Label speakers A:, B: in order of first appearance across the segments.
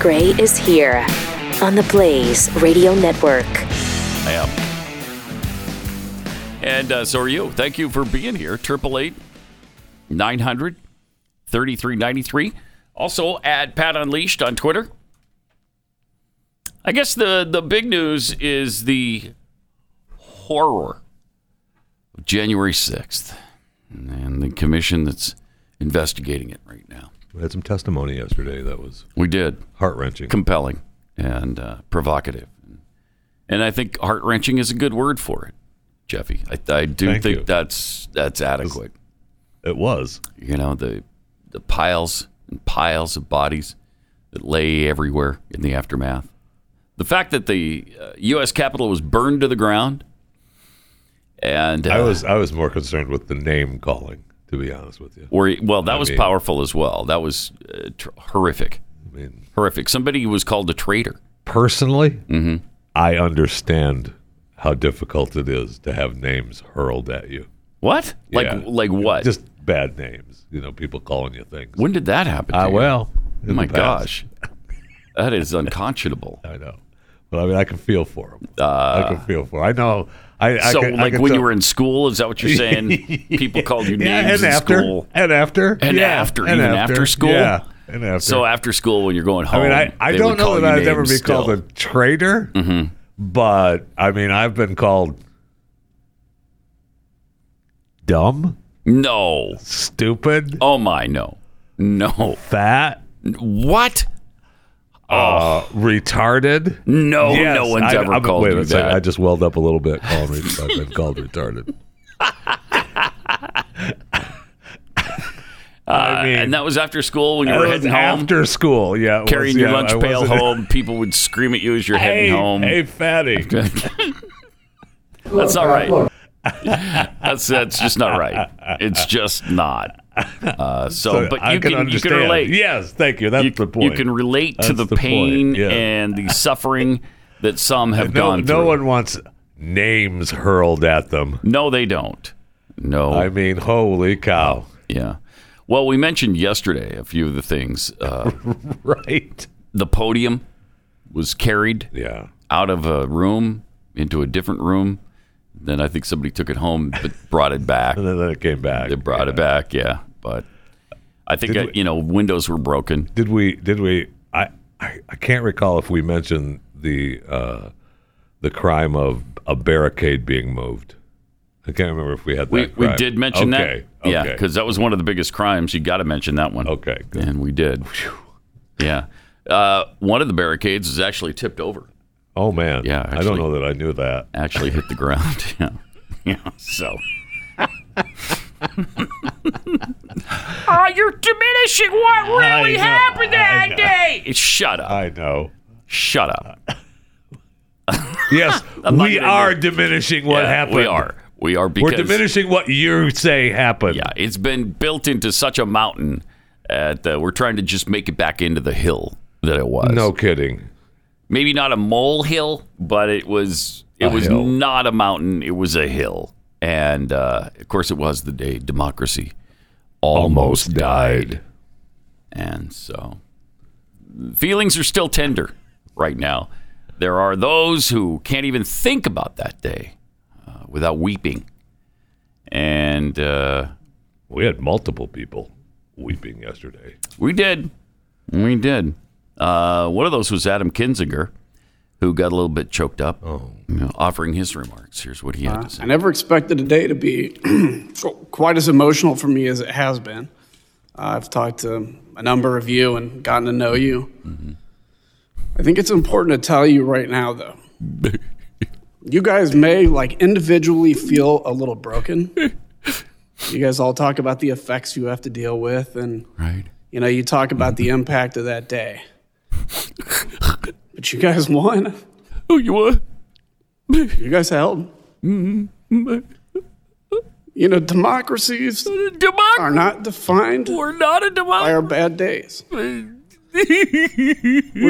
A: Gray is here on the Blaze Radio Network.
B: I am. And uh, so are you. Thank you for being here. 888 900 3393. Also at Pat Unleashed on Twitter. I guess the, the big news is the horror of January 6th and the commission that's investigating it right now.
C: We had some testimony yesterday that was
B: We did.
C: heart wrenching.
B: compelling and uh, provocative. And I think heart wrenching is a good word for it, Jeffy. I, I do
C: Thank
B: think
C: you.
B: that's that's adequate.
C: It was.
B: You know the the piles and piles of bodies that lay everywhere in the aftermath. The fact that the uh, U.S. Capitol was burned to the ground, and uh,
C: I was I was more concerned with the name calling, to be honest with you.
B: or well, that
C: I
B: was
C: mean-
B: powerful as well. That was uh, tr- horrific,
C: I mean,
B: horrific. Somebody was called a traitor.
C: personally,
B: Mm-hmm.
C: I understand how difficult it is to have names hurled at you.
B: What? Like
C: Yeah.
B: like what?
C: Just bad names, you know, people calling you things.
B: when did that happen? to
C: Ah,
B: you?
C: well. in
B: Oh my
C: the past.
B: gosh, that is unconscionable. Uh,
C: I know. But I mean, I can feel for them. I can feel for 'em. I know. I, I
B: so,
C: can, I
B: like
C: can
B: when
C: tell-
B: you were in school, is that what you're saying? People called you names
C: yeah, and
B: in
C: after,
B: school,
C: and after,
B: and
C: yeah,
B: after,
C: and
B: even after, school.
C: yeah, and after.
B: So after school, when you're going
C: I
B: home,
C: mean, I, I
B: they
C: don't
B: would
C: know
B: call
C: that
B: you
C: I'd ever be
B: names
C: called a
B: still. Mm-hmm.
C: traitor,
B: Uh,
C: but I mean, I've been called dumb,
B: No,
C: stupid,
B: oh my, no, no,
C: fat,
B: what? Oh.
C: uh, retarded.
B: No,
C: Yes,
B: no one's
C: I,
B: ever
C: I'm-
B: called
C: wait a
B: you
C: second,
B: that.
C: I just welled up a little bit. Calling me, I've been called retarded. I mean,
B: Uh, and that was after school when you
C: that
B: were
C: was
B: heading home,
C: after school. Yeah, it was,
B: carrying your
C: yeah,
B: lunch
C: I
B: pail
C: wasn't-
B: home. People would scream at you as you're heading
C: Hey,
B: home.
C: hey, fatty.
B: That's not right. that's that's just not right. It's just not. Uh, so, but
C: I
B: you can, you can
C: understand.
B: relate.
C: Yes, thank you. That's
B: you,
C: the point.
B: you can relate to
C: That's
B: the,
C: the point,
B: pain
C: yeah.
B: and the suffering that some have
C: no,
B: gone through.
C: no one wants names hurled at them.
B: No, they don't. No.
C: I mean, holy cow!
B: yeah. Well, we mentioned yesterday a few of the things. Uh,
C: Right?
B: the podium was carried
C: Yeah.
B: out of a room into a different room. Then I think somebody took it home but brought it back.
C: And then it came back.
B: They brought it back, yeah. But I think
C: Did
B: uh,
C: we-
B: you know windows were broken.
C: Did we? Did we? I, I I can't recall if we mentioned the uh, the crime of a barricade being moved. I can't remember if we had that.
B: We we
C: crime.
B: did mention
C: okay.
B: that, yeah,
C: Okay.
B: because that was one of the biggest crimes. You got to mention that one,
C: Okay. Good.
B: and we did. Yeah, uh, one of the barricades is actually tipped over.
C: Oh man.
B: Yeah,
C: I don't
B: actually-
C: know that I knew that.
B: Actually hit the ground. Yeah, yeah. So. oh, you're diminishing what
C: really know, happened that I know.
B: day. Shut up!
C: I know.
B: Shut up!
C: Yes,
B: not
C: we
B: gonna
C: are diminishing what
B: Yeah,
C: happened.
B: We are. We are
C: We're
B: because
C: diminishing what you say happened.
B: Yeah, it's been built into such a mountain that uh, we're trying to just make it back into the hill that it was.
C: No kidding.
B: maybe not a mole hill, but it was. It
C: A
B: was
C: hill.
B: not a mountain. It was a hill, and uh, of course, it was the day democracy almost, died. and so feelings are still tender right now. There are those who can't even think about that day uh, without weeping, and. Uh,
C: We had multiple people weeping yesterday.
B: We did. We did. Uh, one of those was Adam Kinzinger, who got a little bit choked up,
C: Oh.
B: you know, offering his remarks. Here's what he had to say.
D: I never expected a day to be quite as emotional for me as it has been. Uh, I've talked to a number of you and gotten to know you.
B: Mm-hmm.
D: I think it's important to tell you right now, though. you guys may like individually feel a little broken. you guys all talk about the effects you have to deal with, and
B: Right.
D: you know, you talk about the impact of that day. but you guys won.
B: Oh, you were?
D: You guys held. You know, democracies are not defined
B: We're not a
D: by
B: democracy.
D: our bad days. We're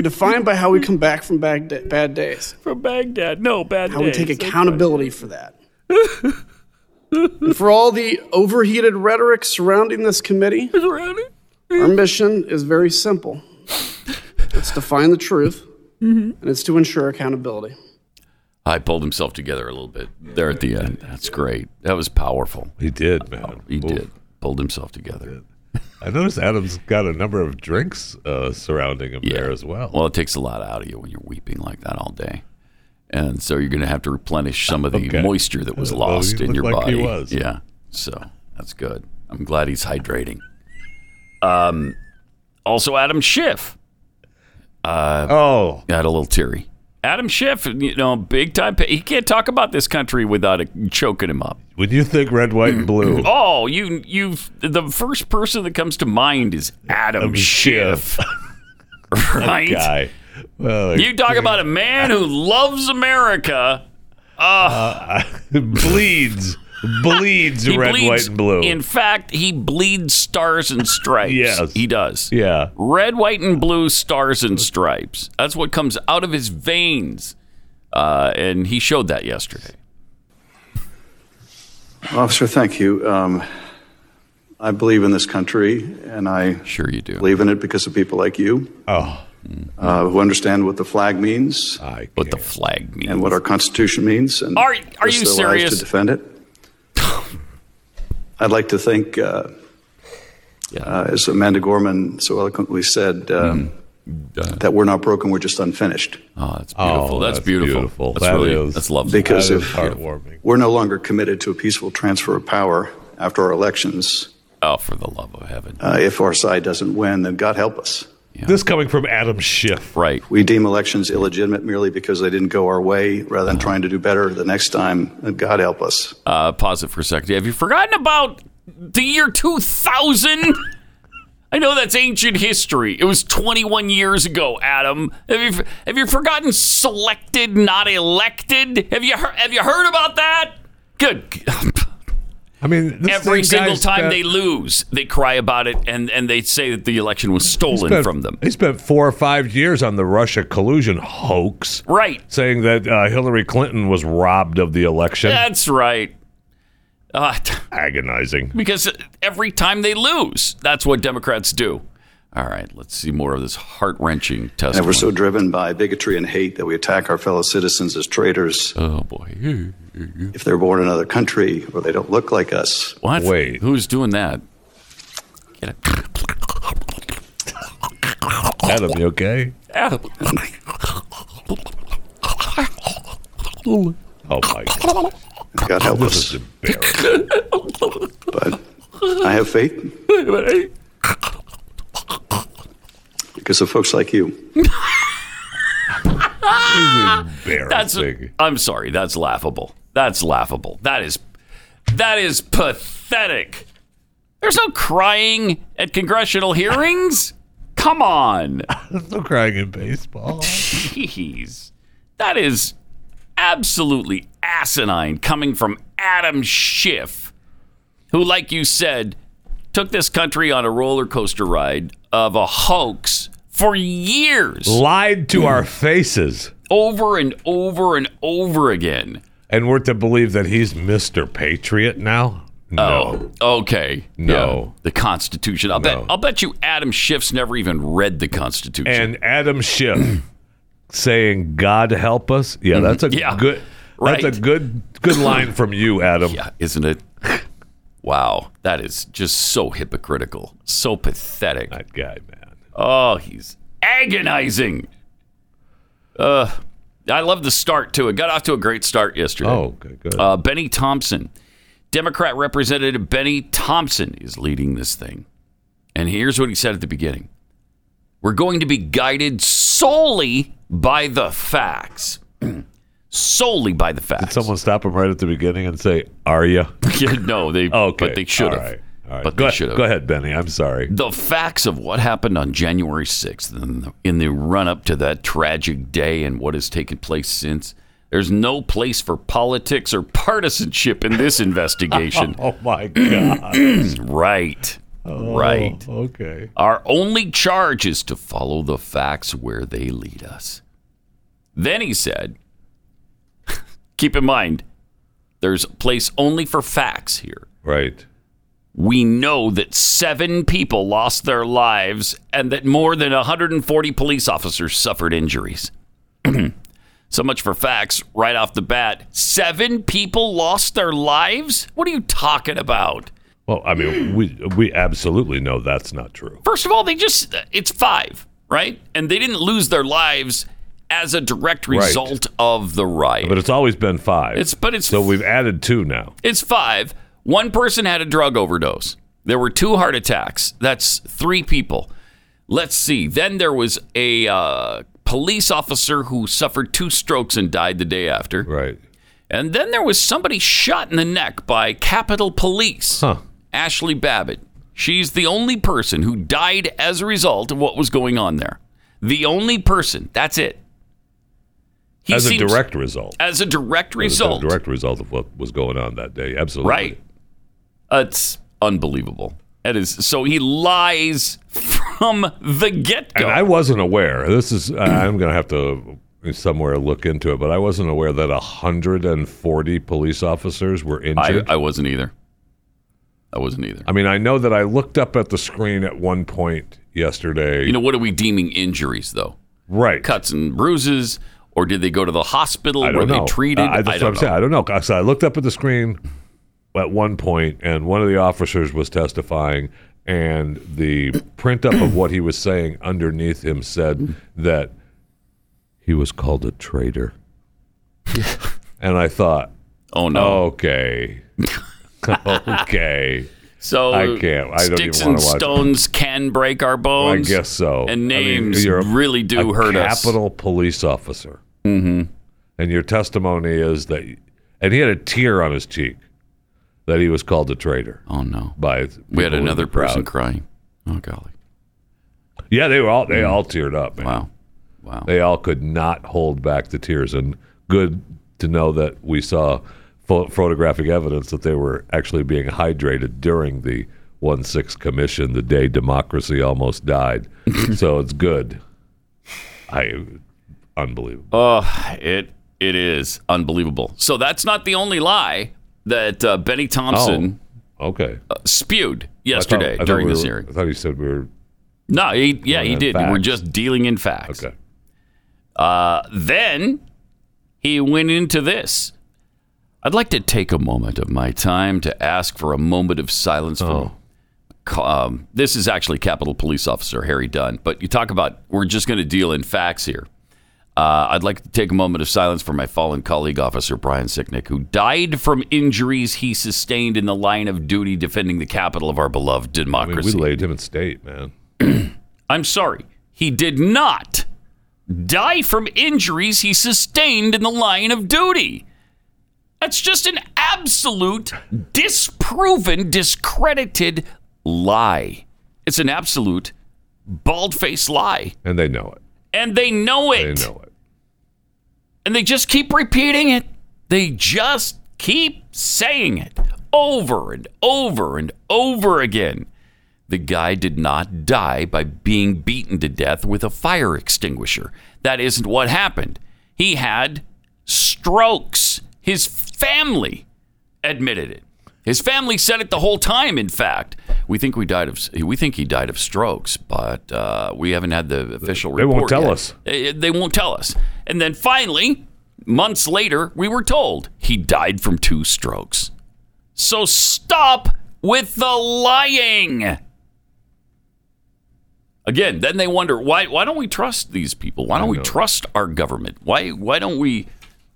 D: defined by how we come back from bad, da- bad days,
B: From Baghdad. No, bad
D: how we take accountability for that. and for all the overheated rhetoric surrounding this committee, our mission is very simple it's to find the truth, and it's to ensure accountability.
B: I pulled himself together a little bit there at the end. That's great. That was powerful.
C: He did, man.
B: He
C: Oof.
B: did. Pulled himself together.
C: I noticed Adam's got a number of drinks uh, surrounding him there as well.
B: Well, it takes a lot out of you when you're weeping like that all day. And so you're going to have to replenish some of the
C: Okay. Uh,
B: moisture that was
C: Well,
B: lost
C: he
B: in your
C: looked like
B: body.
C: he was.
B: Yeah. So that's good. I'm glad he's hydrating. Um, also, Adam Schiff
C: oh,
B: got a little teary. Adam Schiff, you know, big time. pa- He can't talk about this country without it choking him up.
C: when you think red, white, and blue,
B: Oh, you, you. The first person that comes to mind is Adam, Schiff, right?
C: guy. Well,
B: You talk about a man who loves America.
C: Uh, bleeds, bleeds
B: He
C: red,
B: bleeds-
C: white, and blue.
B: In fact, he bleeds stars and stripes.
C: Yes.
B: he does.
C: yeah,
B: Red, white, and blue stars and stripes. That's what comes out of his veins. Uh, and he showed that yesterday.
E: Officer, thank you. Um, I believe in this country, and I
B: Sure, you do.
E: believe in it because of people like you
C: oh,
E: uh, who understand what the flag means
C: I
B: What the
C: can't.
B: flag means.
E: and what our Constitution means, and
B: Are- are
E: risk
B: you
E: their lives to
B: serious?
E: defend it. I'd like to thank, uh,
B: Yeah.
E: uh, as Amanda Gorman so eloquently said,
C: Mm-hmm.
E: um,
C: Uh,
E: that we're not broken; we're just unfinished.
B: oh, that's beautiful.
C: Oh,
B: that's,
C: that's
B: beautiful.
C: beautiful.
B: That's
C: That
B: really
C: is-
B: that's lovely.
E: Because
C: That is
E: if
C: heartwarming.
E: we're no longer committed to a peaceful transfer of power after our elections,
B: oh, for the love of heaven.
E: uh, if our side doesn't win, then God help us.
C: This coming from Adam Schiff.
B: right.
E: We deem elections illegitimate merely because they didn't go our way rather than trying to do better the next time. And God help us.
B: Uh-huh. uh, pause it for a second. Have you forgotten about the year 2000? I know that's ancient history. It was 21 years ago, Adam. Have you have you forgotten selected, not elected? Have you heard, have you heard about that? Good.
C: I mean, this
B: Every
C: same guy
B: single time
C: spent-
B: they lose, they cry about it and and they say that the election was stolen
C: spent-
B: from them.
C: He spent four or five years on the Russia collusion hoax,
B: Right.
C: saying that uh, Hillary Clinton was robbed of the election.
B: That's right. Uh,
C: Agonizing.
B: because every time they lose, that's what Democrats do. All right, let's see more of this heart wrenching
E: And we're
B: testimony.
E: so driven by bigotry and hate that we attack our fellow citizens as traitors
B: oh boy,
E: if they're born in another country or they don't look like us.
B: what?
C: Wait.
B: who's doing that? Get it,
C: Adam, you okay?
B: Adam.
C: Oh my God,
E: And God help
C: this is
E: us.
C: embarrassing.
E: But I have faith because of folks like you.
B: That's.
C: embarrassing.
B: I'm sorry. That's laughable. That's laughable. That is. That is pathetic. There's no crying at congressional hearings. Come on.
C: That's no crying in baseball.
B: Jeez. That is absolutely asinine coming from Adam Schiff, who, like you said, took this country on a roller coaster ride of a hoax for years,
C: Lied to
B: Hmm.
C: our faces,
B: over and over and over again.
C: and we're to believe that he's Mr. Patriot now.
B: Oh.
C: No,
B: Okay.
C: No.
B: Yeah. The Constitution. I'll bet I'll bet you Adam Schiff's never even read the Constitution.
C: and Adam Schiff saying "God help us." Yeah, that's a
B: Mm-hmm. Yeah.
C: good.
B: Right.
C: That's a good good line from you, Adam.
B: Yeah, isn't it? Wow, that is just so hypocritical, so pathetic.
C: That guy, man.
B: Oh, he's agonizing. Uh, I love the start too. It got off to a great start yesterday.
C: Oh, good. good.
B: Uh, Benny Thompson, Democrat Representative Benny Thompson is leading this thing. And here's what he said at the beginning We're going to be guided solely by the facts. solely by the facts.
C: Someone stop him right at the beginning and say, "Are you?"
B: Yeah, no, they,
C: Okay,
B: but they should
C: all
B: have.
C: right, all right.
B: But
C: go,
B: they
C: ahead-
B: should have.
C: Go ahead, Benny. I'm sorry.
B: The facts of what happened on January 6th in the, in the run up to that tragic day and what has taken place since, there's no place for politics or partisanship in this investigation.
C: Oh my God.
B: right. Right.
C: Oh, okay.
B: Our only charge is to follow the facts where they lead us. Then he said, keep in mind, there's a place only for facts here.
C: Right.
B: we know that seven people lost their lives and that more than 140 police officers suffered injuries. so much for facts right off the bat. Seven people lost their lives? What are you talking about?
C: Well, I mean, we we absolutely know that's not true.
B: First of all, they just, it's five, right? And they didn't lose their lives as a direct
C: Right.
B: result of the riot.
C: But it's always been five.
B: It's- but it's-
C: so we've added two now.
B: It's five. One person had a drug overdose. There were two heart attacks. That's three people. Let's see. Then there was a uh, police officer who suffered two strokes and died the day after.
C: Right.
B: And then there was somebody shot in the neck by Capitol Police.
C: Huh.
B: Ashley Babbitt. She's the only person who died as a result of what was going on there. The only person. That's it. He
C: As a
B: seems-
C: direct result.
B: as a direct
C: As a
B: result.
C: direct result of what was going on that day. Absolutely.
B: Right. It's unbelievable. That is so he lies from the get
C: And
B: go.
C: I wasn't aware. This is I- I'm going to have to somewhere look into it, but I wasn't aware that 140 police officers were
B: I,
C: injured. I,
B: I wasn't either. I wasn't either.
C: mean, I know that I looked up at the screen at one point yesterday.
B: You know, what are we deeming injuries though?
C: right.
B: Cuts and bruises, or did they go to the hospital
C: I
B: where
C: don't know.
B: they treated?
C: Uh, that's
B: I
C: what
B: don't
C: I'm saying.
B: know.
C: I don't know. So I looked up at the screen at one point, and one of the officers was testifying, and the print up of what he was saying underneath him said that he was called a traitor. and I thought,
B: Oh no!
C: okay, okay,
B: so
C: I can't. I don't
B: sticks
C: even
B: and
C: wanna watch it.
B: stones can break our
C: I
B: bones.
C: guess so. I mean,
B: And names
C: you're a-
B: really do
C: a
B: hurt us.
C: Capital police officer. Mm-hmm. And your testimony is that, and he had a tear on his cheek that he was called a traitor
B: Oh no!
C: by.
B: We had
C: people in the
B: another person
C: crowd.
B: crying. Oh golly! Mm.
C: Yeah, they were all they all teared up. man.
B: Wow! Wow!
C: They all could not hold back the tears, and good to know that we saw pho- photographic evidence that they were actually being hydrated during the one six commission, the day democracy almost died. so it's good. I unbelievable.
B: It it is unbelievable. So that's not the only lie that uh, Benny Thompson
C: oh,
B: uh,
C: Okay. Oh.
B: spewed
C: I thought-
B: yesterday
C: I thought
B: during
C: we
B: this
C: were- I
B: hearing.
C: thought he said we were
B: No, he, yeah, he
C: in
B: did. We're
C: facts.
B: just dealing in facts. Uh,
C: okay.
B: Then he went into this. I'd like to take a moment of my time to ask for a moment of silence
C: Oh.
B: for. Um, this is actually Capitol Police Officer Harry Dunn, but you talk about we're just going to deal in facts here. Uh, I'd like to take a moment of silence for my fallen colleague, Officer Brian Sicknick, who died from injuries he sustained in the line of duty defending the capital of our beloved
C: I mean,
B: democracy.
C: we laid him in state, man.
B: I'm sorry. He did not die from injuries he sustained in the line of duty. That's just an absolute, disproven, discredited lie. It's an absolute, bald faced lie.
C: And they know it.
B: And they know
C: They
B: it.
C: know it.
B: And they just keep repeating it. They just keep saying it over and over and over again. The guy did not die by being beaten to death with a fire extinguisher. That isn't what happened. He had strokes. His family admitted it. His family said it the whole time. In fact, we think we died of we think he died of strokes, but uh, we haven't had the official
C: They won't
B: report.
C: tell
B: yet.
C: us.
B: They, Uh, they won't tell us. And then finally, months later, we were told he died from two strokes. So stop with the lying. Again, then they wonder why why don't we trust these people? Why don't we
C: know.
B: trust our government? Why why don't we,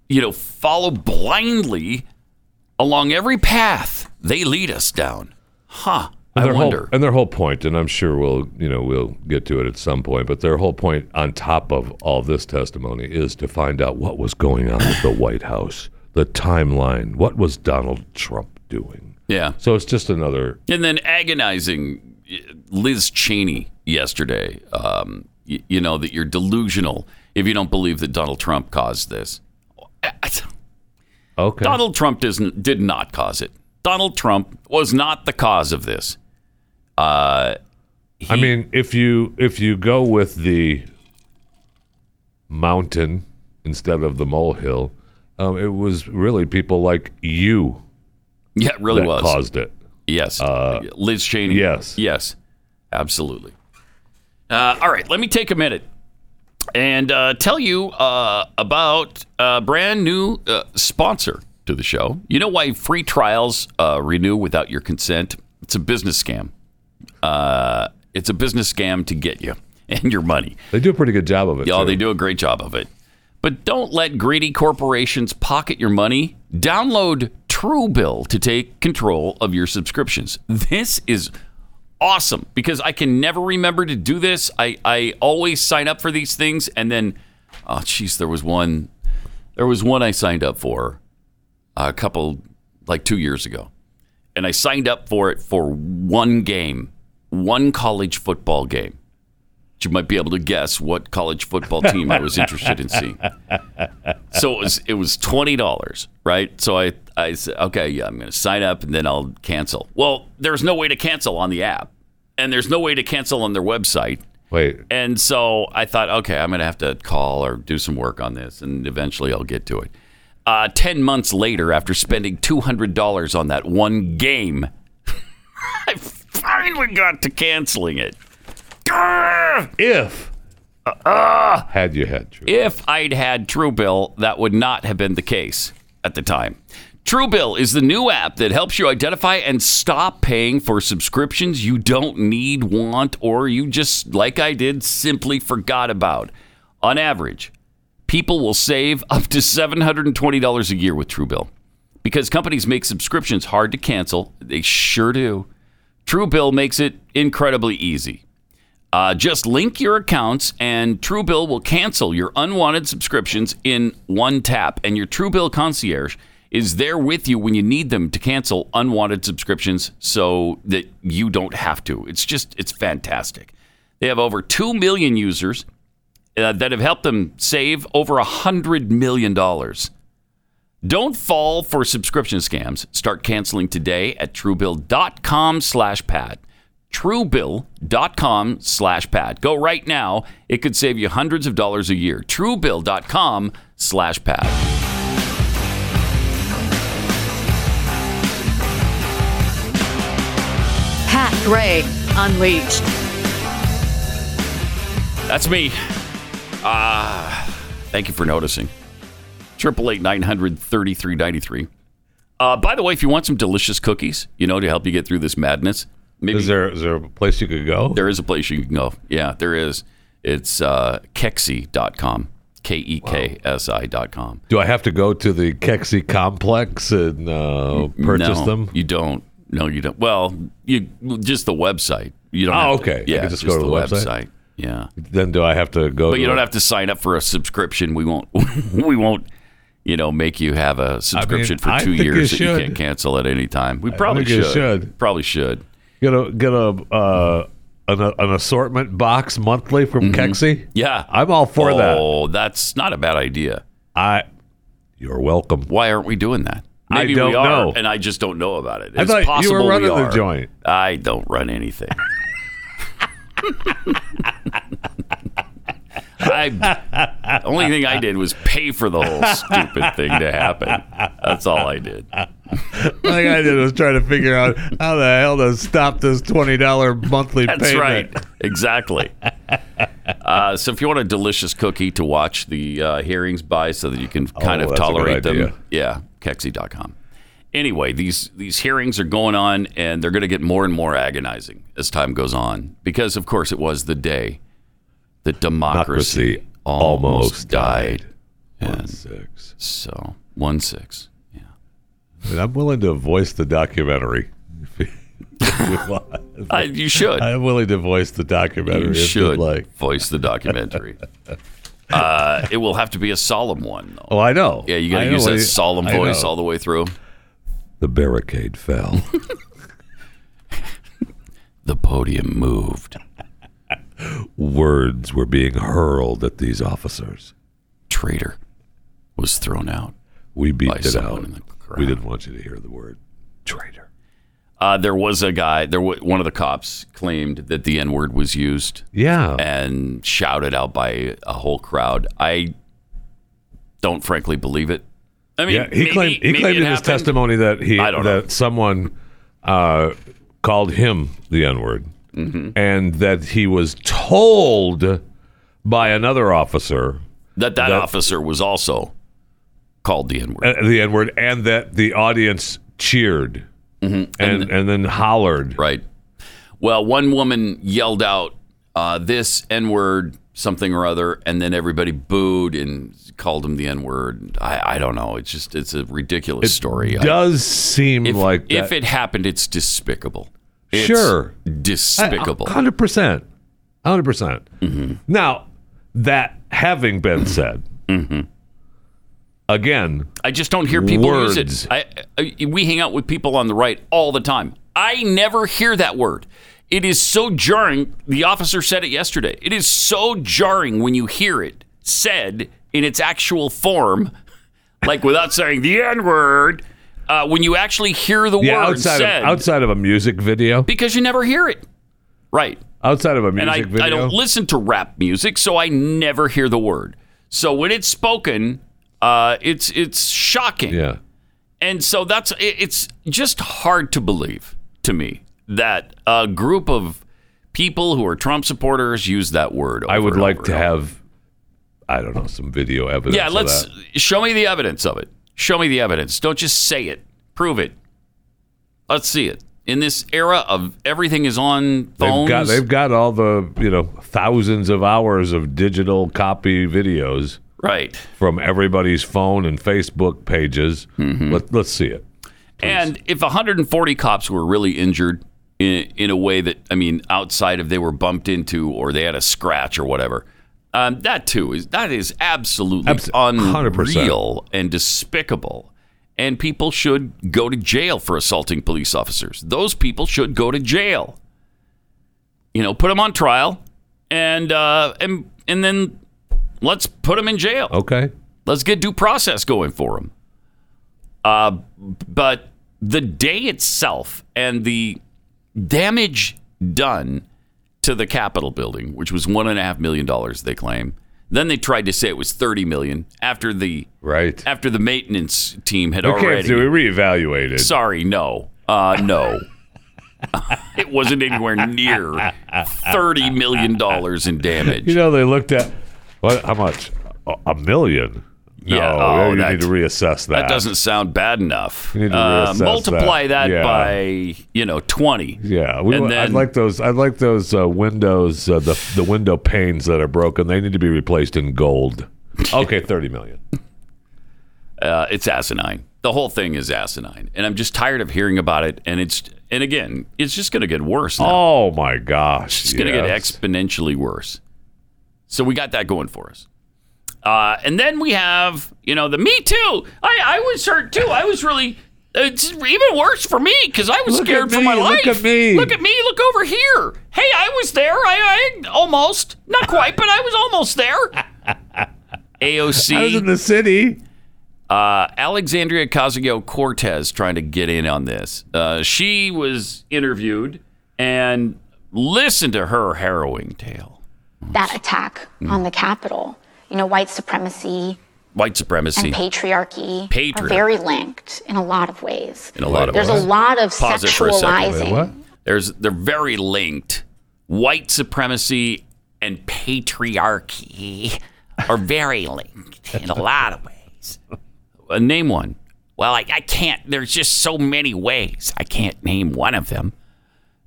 B: you know, follow blindly along every path they lead us down? Huh.
C: And
B: I
C: their
B: wonder.
C: Whole, and their whole point, and I'm sure we'll you know we'll get to it at some point, but their whole point on top of all this testimony is to find out what was going on at the White House, the timeline, what was Donald Trump doing.
B: yeah.
C: So it's just another
B: And then agonizing Liz Cheney yesterday. Um, y- you know that you're delusional if you don't believe that Donald Trump caused this.
C: okay.
B: Donald Trump doesn't did not cause it. Donald Trump was not the cause of this. Uh,
C: I mean, if you if you go with the mountain instead of the molehill, um, it was really people like you
B: yeah, it really
C: that
B: was.
C: caused it. Uh,
B: Yes. Liz Cheney.
C: yes.
B: Yes. Absolutely. Uh, all right. Let me take a minute and uh, tell you uh, about a brand new uh, sponsor to the show. You know why free trials uh, renew without your consent? It's a business scam. Uh, it's a business scam to get you and your money.
C: They do a pretty good job of it.
B: Yeah,
C: too.
B: they do a great job of it. But don't let greedy corporations pocket your money. Download Truebill to take control of your subscriptions. This is awesome because I can never remember to do this. I, I always sign up for these things and then oh jeez, there was one there was one I signed up for uh, a couple like 2 years ago. And I signed up for it for one game, one college football game you might be able to guess what college football team I was interested in seeing. So it was it was twenty dollars, right? So I I said, okay, yeah, I'm going to sign up and then I'll cancel. Well, there's no way to cancel on the app, and there's no way to cancel on their website.
C: Wait,
B: And so I thought, okay, I'm going to have to call or do some work on this, and eventually I'll get to it. Uh, Ten months later, after spending two hundred dollars on that one game, I finally got to canceling it. Grr!
C: if had you had true.
B: Uh-uh. If I'd had Truebill, that would not have been the case at the time. Truebill is the new app that helps you identify and stop paying for subscriptions you don't need, want, or you just, like I did, simply forgot about. On average, people will save up to $720 a year with Truebill because companies make subscriptions hard to cancel. They sure do. Truebill makes it incredibly easy. Uh, just link your accounts, and Truebill will cancel your unwanted subscriptions in one tap. And your Truebill concierge is there with you when you need them to cancel unwanted subscriptions so that you don't have to. It's just, it's fantastic. They have over 2 million users uh, that have helped them save over $100 million. Don't fall for subscription scams. Start canceling today at truebill.com slash pad. Truebill.com slash pad. Go right now. It could save you hundreds of dollars a year. Truebill.com slash pad.
F: Pat Gray Unleashed.
B: That's me. Ah, thank you for noticing. Triple eight nine hundred thirty three ninety three. Uh, by the way, if you want some delicious cookies, you know, to help you get through this madness, maybe
C: Is there is there a place you could go?
B: There is a place you can go. Yeah, there is. It's uh, keksi.com. K E K S I.com.
C: Do I have to go to the Kexi complex and uh, purchase
B: no,
C: them?
B: You don't. No, you don't. Well, you just the website. You don't.
C: Oh,
B: have to-
C: okay. I
B: yeah,
C: can just go to the website?
B: Yeah,
C: Then do I have to go?
B: but
C: to
B: you don't
C: a-
B: have to sign up for a subscription. We won't. we won't. You know, make you have a subscription
C: I
B: for two
C: think you
B: years that you
C: should.
B: can't cancel at any time. We probably
C: think you
B: should.
C: should.
B: Probably should.
C: get a get a uh, an, an assortment box monthly from
B: Mm-hmm.
C: Kexi.
B: Yeah,
C: I'm all for that.
B: Oh, that's not a bad idea.
C: I you're welcome.
B: why aren't we doing that?
C: I
B: Maybe we
C: don't
B: are,
C: know.
B: and I just don't know about it.
C: I
B: It's
C: thought you were
B: possible we
C: running the
B: are.
C: joint.
B: I don't run anything. I only thing I did was pay for the whole stupid thing to happen. That's all I did.
C: All I did was try to figure out how the hell to stop this twenty dollar monthly
B: That's
C: payment.
B: right. Exactly. Uh, so if you want a delicious cookie to watch the uh, hearings by so that you can kind
C: Oh, that's a
B: of
C: good
B: tolerate
C: idea.
B: them, yeah, kexi.com. Anyway, these these hearings are going on and they're going to get more and more agonizing as time goes on because of course it was the day that democracy,
C: Democracy
B: almost,
C: almost
B: died.
C: died. One six.
B: So, 1 6.
C: And I'm willing to voice the documentary. If you want.
B: I, you should.
C: I'm willing to voice the documentary.
B: You
C: if you'd
B: should
C: like.
B: voice the documentary. uh, it will have to be a solemn one, though.
C: Oh, I know.
B: Yeah, you got
C: I
B: to
C: know
B: use that
C: what you-
B: solemn
C: I
B: voice
C: know.
B: all the way through.
C: the barricade fell.
B: The podium moved.
C: Words were being hurled at these officers.
B: Traitor was thrown out.
C: We beat
B: By
C: it
B: someone
C: out.
B: in the
C: We
B: crowd.
C: didn't want you to hear the word traitor.
B: Uh, there was a guy. There, wa- one of the cops claimed that the N word was used
C: Yeah.
B: and shouted out by a whole crowd. I don't frankly believe it. I mean,
C: yeah, he
B: maybe-
C: claimed he
B: maybe
C: claimed
B: it
C: in his
B: happened.
C: testimony that he
B: I don't know.
C: that someone uh, called him the N word,
B: Mm-hmm.
C: and that he was told by another officer
B: That that,
C: That-
B: officer was also called the N word.
C: uh, the N word, and that the audience cheered
B: Mm-hmm.
C: and, and then hollered.
B: Right. Well, one woman yelled out uh, this N word, something or other, and then everybody booed and called him the N word. I, I don't know. It's just, it's a ridiculous story. I-
C: Does seem
B: if,
C: like that.
B: if it happened, it's despicable. It's
C: Sure.
B: Despicable. Mm-hmm.
C: Hundred percent, hundred percent. Now that having been said,
B: Mm-hmm.
C: again,
B: I just don't hear people use
C: Words.
B: it. I, I, we hang out with people on the right all the time. I never hear that word. It is so jarring. The officer said it yesterday. It is so jarring when you hear it said in its actual form, like without saying the N word. Uh, when you actually hear the
C: yeah,
B: word
C: outside
B: said,
C: of, outside of a music video,
B: because you never hear it, right?
C: outside of a music
B: and I,
C: video,
B: I don't listen to rap music, so I never hear the word. So when it's spoken, uh, it's it's shocking.
C: yeah,
B: And so that's it- it's just hard to believe to me that a group of people who are Trump supporters use that word.
C: I
B: over
C: would
B: and
C: like
B: over
C: to
B: and over.
C: have, I don't know, some video evidence.
B: Yeah,
C: of
B: let's
C: that.
B: show me the evidence of it. Show me the evidence. Don't just say it. Prove it. Let's see it. In this era of everything is on
C: They've
B: phones,
C: got, they've got all the you know thousands of hours of digital copy videos
B: right?
C: from everybody's phone and Facebook pages.
B: Mm-hmm.
C: Let, let's see it.
B: And if 140 cops were really injured in, in a way that, I mean, outside of they were bumped into or they had a scratch or whatever, um, that too is that is absolutely
C: Abs- 100%.
B: unreal and despicable. And people should go to jail for assaulting police officers. Those people should go to jail. You know, put them on trial, and uh, and and then let's put them in jail.
C: Okay.
B: Let's get due process going for them. Uh, but the day itself and the damage done to the Capitol building, which was one and a half million dollars, they claim. Then they tried to say it was thirty million after the
C: Right.
B: after the maintenance team had
C: Okay,
B: already.
C: so we reevaluated.
B: Sorry, no, uh, no. it wasn't anywhere near thirty million dollars in damage.
C: You know, they looked at what? How much? A, a million? No,
B: Yeah, oh,
C: you
B: that-
C: need to reassess that.
B: That doesn't sound bad enough.
C: You need to
B: Uh,
C: reassess that.
B: multiply that,
C: Yeah.
B: by you know twenty.
C: Yeah, we,
B: and
C: wa- I'd
B: then-
C: like those. I'd like those uh, windows, uh, the the window panes that are broken. They need to be replaced in gold. Okay, thirty million.
B: Uh, it's asinine. The whole thing is asinine, and I'm just tired of hearing about it. And it's and again, it's just going to get worse. Now.
C: Oh my gosh,
B: It's going to get
C: yes.
B: exponentially worse. So we got that going for us. Uh, and then we have, you know, the Me Too. I, I was hurt too. I was really, it's even worse for me because I was
C: Look
B: scared
C: at
B: for my
C: me,
B: life.
C: look at me.
B: Look at me. Look over here. Hey, I was there. I, I almost, not quite, but I was almost there.
C: I was in
B: AOC,
C: the city.
B: uh, Alexandria Ocasio Cortez trying to get in on this. Uh, she was interviewed and listen to her harrowing tale.
G: that attack
B: Mm.
G: on the Capitol. You know, white supremacy
B: white supremacy
G: and patriarchy,
B: Patriarchy.
G: are very linked in a lot of ways.
B: in a lot of
G: There's
B: ways.
G: a lot of
B: Pause it for a second. Wait,
G: sexualizing.
C: What?
B: There's they're very linked. White supremacy and patriarchy are very linked in a lot of ways. Uh, name one. Well, I, I can't. There's just so many ways. I can't name one of them.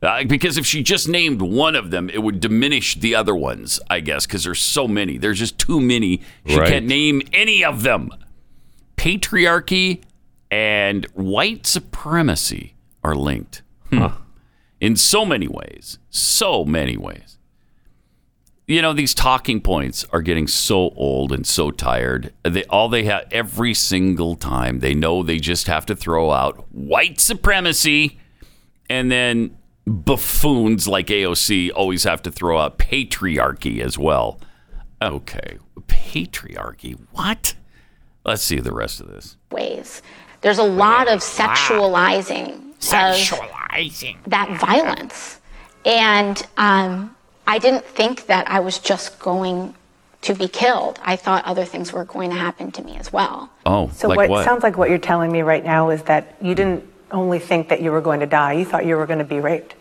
B: Uh, because if she just named one of them, it would diminish the other ones, I guess, because there's so many. There's just too many. She
C: Right.
B: can't name any of them. Patriarchy and white supremacy are linked Hmm. in so many ways. So many ways. You know, these talking points are getting so old and so tired. They all they have every single time. They know they just have to throw out white supremacy and then buffoons like AOC always have to throw out patriarchy as well. Okay, patriarchy. What? Let's see the rest of this.
G: ways. There's a lot of sexualizing
B: Sexualizing.
G: of that violence. And um, I didn't think that I was just going to be killed. I thought other things were going to happen to me as well.
B: Oh,
H: So
B: like
H: what,
B: what?
H: sounds like what you're telling me right now is that you didn't only think that you were going to die. You thought you were going to be raped.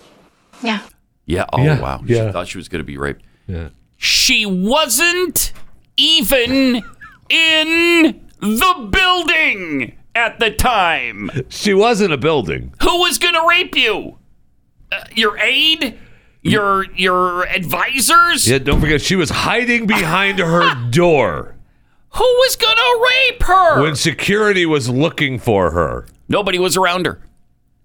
G: Yeah.
B: Yeah. Oh
C: Yeah,
B: wow. She
C: yeah.
B: thought she was going to be raped.
C: Yeah.
B: She wasn't even in the building at the time.
C: She was in a building.
B: Who was going to rape you? Uh, your aide? Your your advisors?
C: Yeah, don't forget, she was hiding behind her door
B: Who was going to rape her?
C: when security was looking for her.
B: Nobody was around her.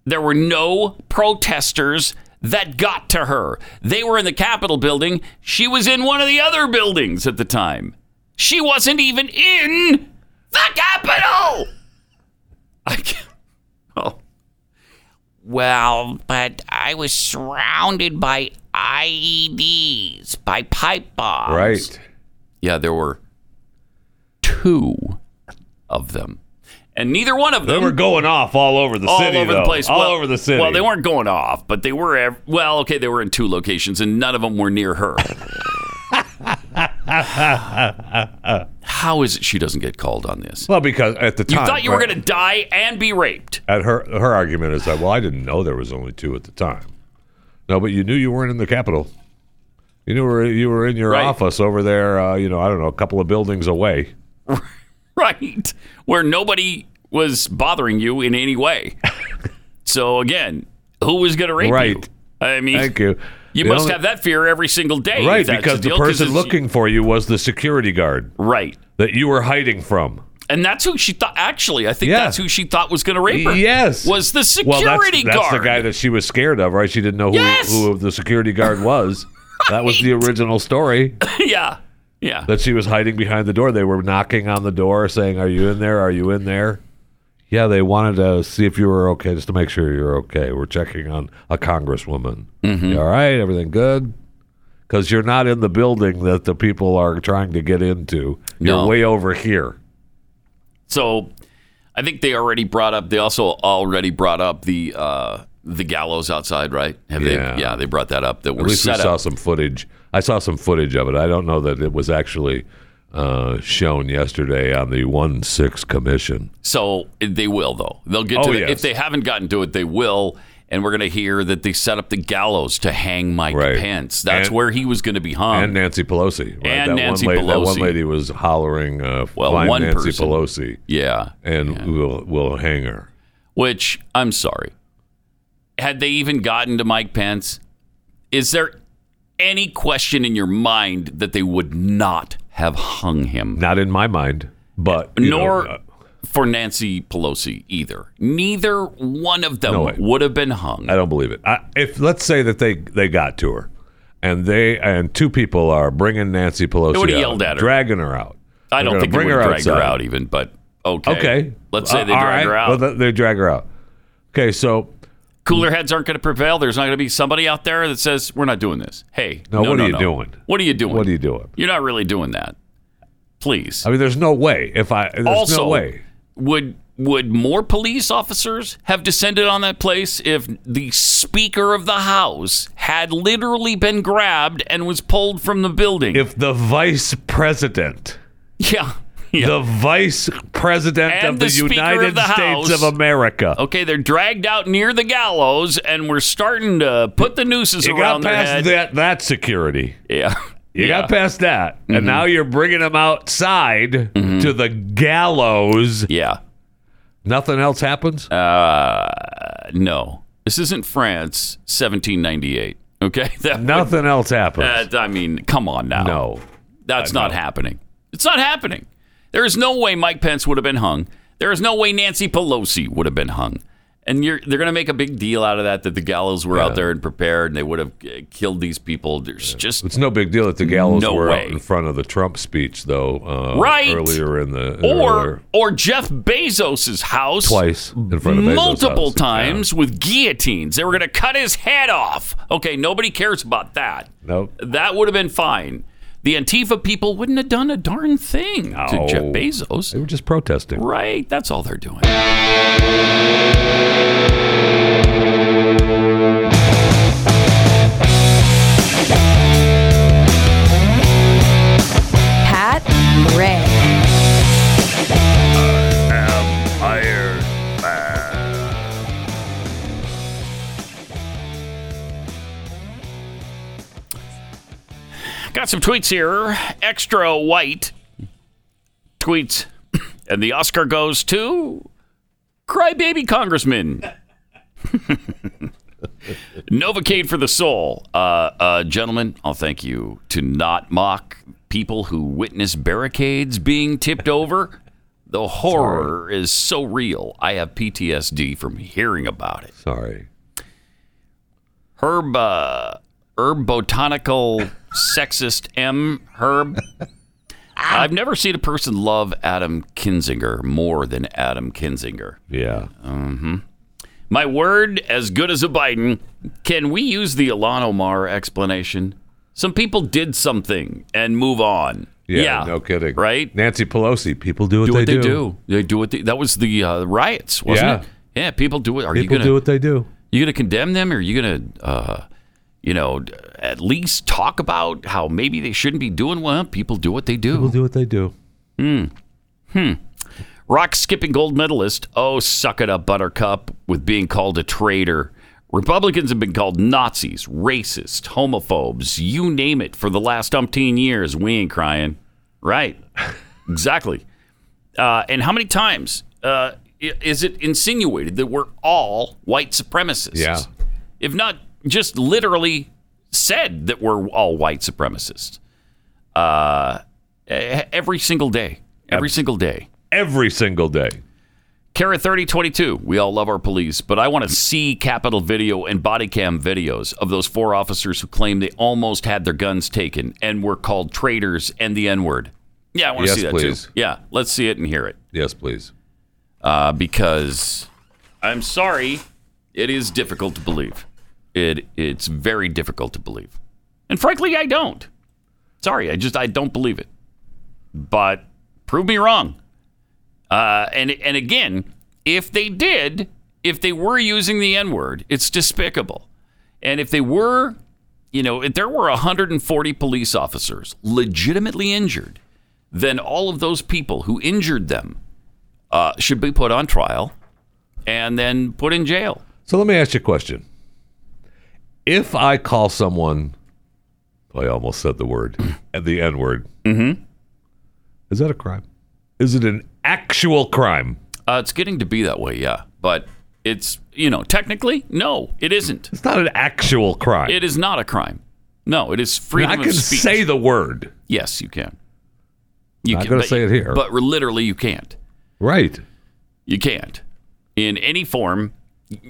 B: There were no protesters that got to her. They were in the Capitol building. She was in one of the other buildings at the time. She wasn't even in the Capitol. I can't. Oh. Well, but I was surrounded by IEDs, by pipe bombs.
C: Right.
B: Yeah, there were two of them. And neither one of
C: They
B: them
C: were going off all over the
B: all
C: city.
B: over the
C: though.
B: place.
C: All
B: well,
C: over the city.
B: Well, they weren't going off, but they were. Ev- well, okay, they were in two locations, and none of them were near her. How is it she doesn't get called on this?
C: Well, because at the
B: You
C: time.
B: thought you were
C: right,
B: going to die and be raped.
C: At her, her argument is that, well, I didn't know there was only two at the time. No, but you knew you weren't in the Capitol. You knew where- you were in your
B: Right.
C: office over there, uh, you know, I don't know, a couple of buildings away.
B: right? Where nobody was bothering you in any way. so again, who was going to rape
C: Right.
B: you? I mean,
C: Thank you.
B: You
C: The
B: must
C: only-
B: have that fear every single day, if
C: Right,
B: that's
C: because the
B: deal, 'cause
C: person
B: it's-
C: looking for you was the security guard
B: right,
C: that you were hiding from.
B: and that's who she thought. Actually, I think
C: Yeah.
B: that's who she thought was going to rape her.
C: Yes.
B: was the
C: Well,
B: security
C: that's, that's
B: guard.
C: the guy that she was scared of, right? She didn't know who,
B: Yes!
C: who the security guard was. That was the original story
B: yeah, yeah.
C: that she was hiding behind the door. They were knocking on the door saying, Are you in there? Are you in there? Yeah, they wanted to see if you were okay, just to make sure you're okay. We're checking on a congresswoman.
B: Mm-hmm.
C: You all right? Everything good? Because you're not in the building that the people are trying to get into. You're
B: No.
C: way over here.
B: So I think they already brought up. They also already brought up the uh, the gallows outside, right? Have
C: Yeah.
B: They, yeah, they brought that up. That
C: At
B: we're
C: least we
B: set
C: saw
B: up.
C: some footage. I saw some footage of it. I don't know that it was actually uh, shown yesterday on the one six commission.
B: So they will, though. They'll get to
C: Oh,
B: the,
C: yes.
B: if they haven't gotten to it, they will. And we're going to hear that they set up the gallows to hang Mike
C: Right.
B: Pence. That's
C: And-
B: where he was going to be hung.
C: and Nancy Pelosi. Right?
B: Um, And Nancy
C: one lady, That one
B: Pelosi.
C: lady was hollering, uh,
B: Well,
C: "Find
B: one
C: Nancy
B: person.
C: Pelosi,
B: yeah,
C: and we'll we'll hang her."
B: which I'm sorry. Had they even gotten to Mike Pence? Is there any question in your mind that they would not have hung him?
C: Not in my mind, but you
B: Nor
C: know, uh,
B: for Nancy Pelosi either. Neither one of them
C: No way.
B: would have been hung.
C: I don't believe it. I, if let's say that they they got to her, and they and two people are bringing Nancy Pelosi,
B: would've
C: out,
B: yelled at her.
C: dragging her out.
B: I don't
C: They're gonna
B: think they
C: bring
B: would
C: her
B: drag her
C: outside.
B: out even, but okay.
C: Okay.
B: Let's say they
C: Uh, all
B: drag her
C: right.
B: out.
C: Well, th- they drag her out. Okay, so
B: Cooler heads aren't going to prevail. There's not going to be somebody out there that says, we're not doing this. Hey,
C: No, what are
B: no,
C: you
B: no.
C: doing?
B: What are you doing?
C: what are you doing?
B: You're not really doing that. Please.
C: I mean, there's no way. If I there's
B: also,
C: no way.
B: would would more police officers have descended on that place if the Speaker of the House had literally been grabbed and was pulled from the building?
C: If the vice president,
B: yeah, yeah.
C: the vice president
B: And
C: of
B: the
C: the,
B: Speaker
C: United
B: of the
C: States
B: House.
C: of America,
B: okay, they're dragged out near the gallows, and we're starting to put the nooses
C: you
B: around
C: got
B: their head.
C: past that that security.
B: yeah,
C: You got past that,
B: Mm-hmm.
C: and now you're bringing them outside to the gallows.
B: yeah.
C: Nothing else happens.
B: Uh, no, this isn't France, 1798. Okay, that,
C: Nothing else happens.
B: that- I mean, come on now.
C: no.
B: That's not happening. It's not happening. There is no way Mike Pence would have been hung. There is no way Nancy Pelosi would have been hung. And you're, they're going to make a big deal out of that, that the gallows were out there and prepared and they would have uh, killed these people. There's just,
C: It's no big deal that the gallows
B: No
C: were
B: way.
C: out in front of the Trump speech, though. Uh,
B: Right.
C: earlier in the
B: or,
C: earlier-
B: or Jeff Bezos' house.
C: twice in front of Bezos'
B: Multiple
C: house.
B: times with guillotines. They were going to cut his head off. Okay, nobody cares about that.
C: Yeah. Nope.
B: That would have been fine. The Antifa people wouldn't have done a darn thing to
C: No.
B: Jeff Bezos.
C: They were just protesting.
B: Right. That's all they're doing.
F: Pat Gray.
B: Got some tweets here. Extra white tweets. And the Oscar goes to Crybaby Congressman. Novocaine for the soul. Uh, uh, gentlemen, I'll thank you to not mock people who witness barricades being tipped over. The horror is so real. I have PTSD from hearing about it.
C: Sorry.
B: Herb, uh, herb botanical sexist M. Herb.
C: Ah.
B: I've never seen a person love Adam Kinzinger more than Adam Kinzinger. Mm-hmm.
C: Yeah.
B: My word, as good as a Biden. Can we use the Ilan Omar explanation? Some people did something and move on.
C: yeah. No kidding.
B: Right?
C: Nancy Pelosi. People do what,
B: do
C: they,
B: what they, do. They do what they, that was the uh, riots, wasn't
C: Yeah.
B: it? Yeah, people do it. Are you
C: People
B: gonna
C: do what they do.
B: you gonna condemn them, or are you gonna, uh, you know, d- at least talk about how maybe they shouldn't be doing well? People do what they do.
C: People do what they do.
B: Hmm. Rock skipping gold medalist. Oh, suck it up, Buttercup, with being called a traitor. Republicans have been called Nazis, racist, homophobes, you name it, for the last umpteen years. We ain't crying. Right. exactly. Uh, and how many times uh, i- is it insinuated that we're all white supremacists?
C: Yeah.
B: If not just literally said that we're all white supremacists uh, e- every single day. Every single day.
C: Every single day.
B: Kara 3022, we all love our police, but I want to see Capitol video and body cam videos of those four officers who claim they almost had their guns taken and were called traitors and the N word. Yeah, I want to
C: Yes,
B: see that
C: please.
B: too. Yeah, let's see it and hear it
C: Yes, please.
B: uh, because I'm sorry, it is difficult to believe. It It's very difficult to believe. And frankly, I don't. Sorry, I just I don't believe it. But prove me wrong. Uh, and and again, if they did, if they were using the N word, it's despicable. And if they were, you know, if there were 140 police officers legitimately injured, then all of those people who injured them uh, should be put on trial and then put in jail.
C: So let me ask you a question. If I call someone, oh, I almost said the word, the N word, mm-hmm. is that a crime? Is it an actual crime?
B: Uh, it's getting to be that way, yeah. But it's, you know, technically, no, it isn't.
C: It's not an actual crime.
B: It is not a crime. No, it is
C: I, mean,
B: freedom
C: I
B: of
C: can
B: speech.
C: say the word.
B: yes, you can. You
C: Not gonna
B: but-
C: say it here.
B: But literally, you can't.
C: Right.
B: You can't. In any form,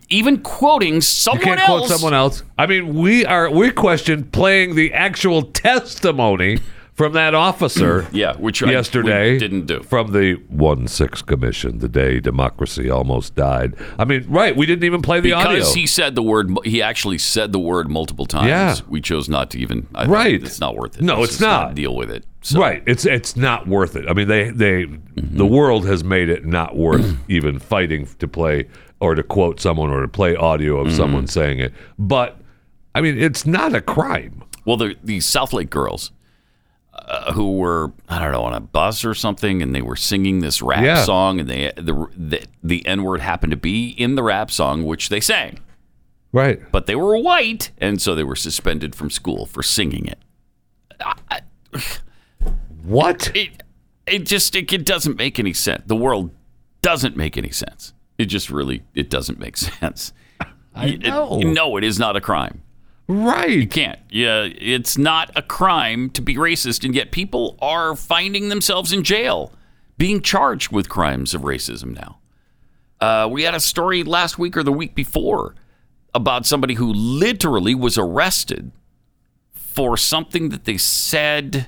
B: even quoting
C: You
B: someone
C: can't
B: else.
C: quote someone else. I mean, we are we question playing the actual testimony from that officer.
B: Yeah, which I-
C: yesterday
B: we didn't do.
C: from the one six commission the day democracy almost died. I mean, right? We didn't even play the
B: because
C: audio.
B: he said the word, he actually said the word multiple times.
C: Yeah.
B: We chose not to even. I,
C: Right.
B: It's not worth it.
C: No,
B: Let's
C: it's
B: just
C: not.
B: Deal with it. So,
C: Right. It's it's not worth it. I mean, they they the world has made it not worth even fighting to play or to quote someone or to play audio of someone saying it. But I mean, it's not a crime.
B: Well, the the South Lake girls uh, who were I don't know on a bus or something, and they were singing this rap
C: Yeah.
B: song, and they the the, the N word happened to be in the rap song, which they sang,
C: Right.
B: but they were white, and so they were suspended from school for singing it.
C: What?
B: It it just it, it doesn't make any sense. The world doesn't make any sense. It just really it doesn't make sense. I
C: know.
B: no, it is not a crime.
C: Right.
B: can't. Yeah, it's not a crime to be racist, and yet people are finding themselves in jail, being charged with crimes of racism now. Uh, we had a story last week or the week before about somebody who literally was arrested for something that they said.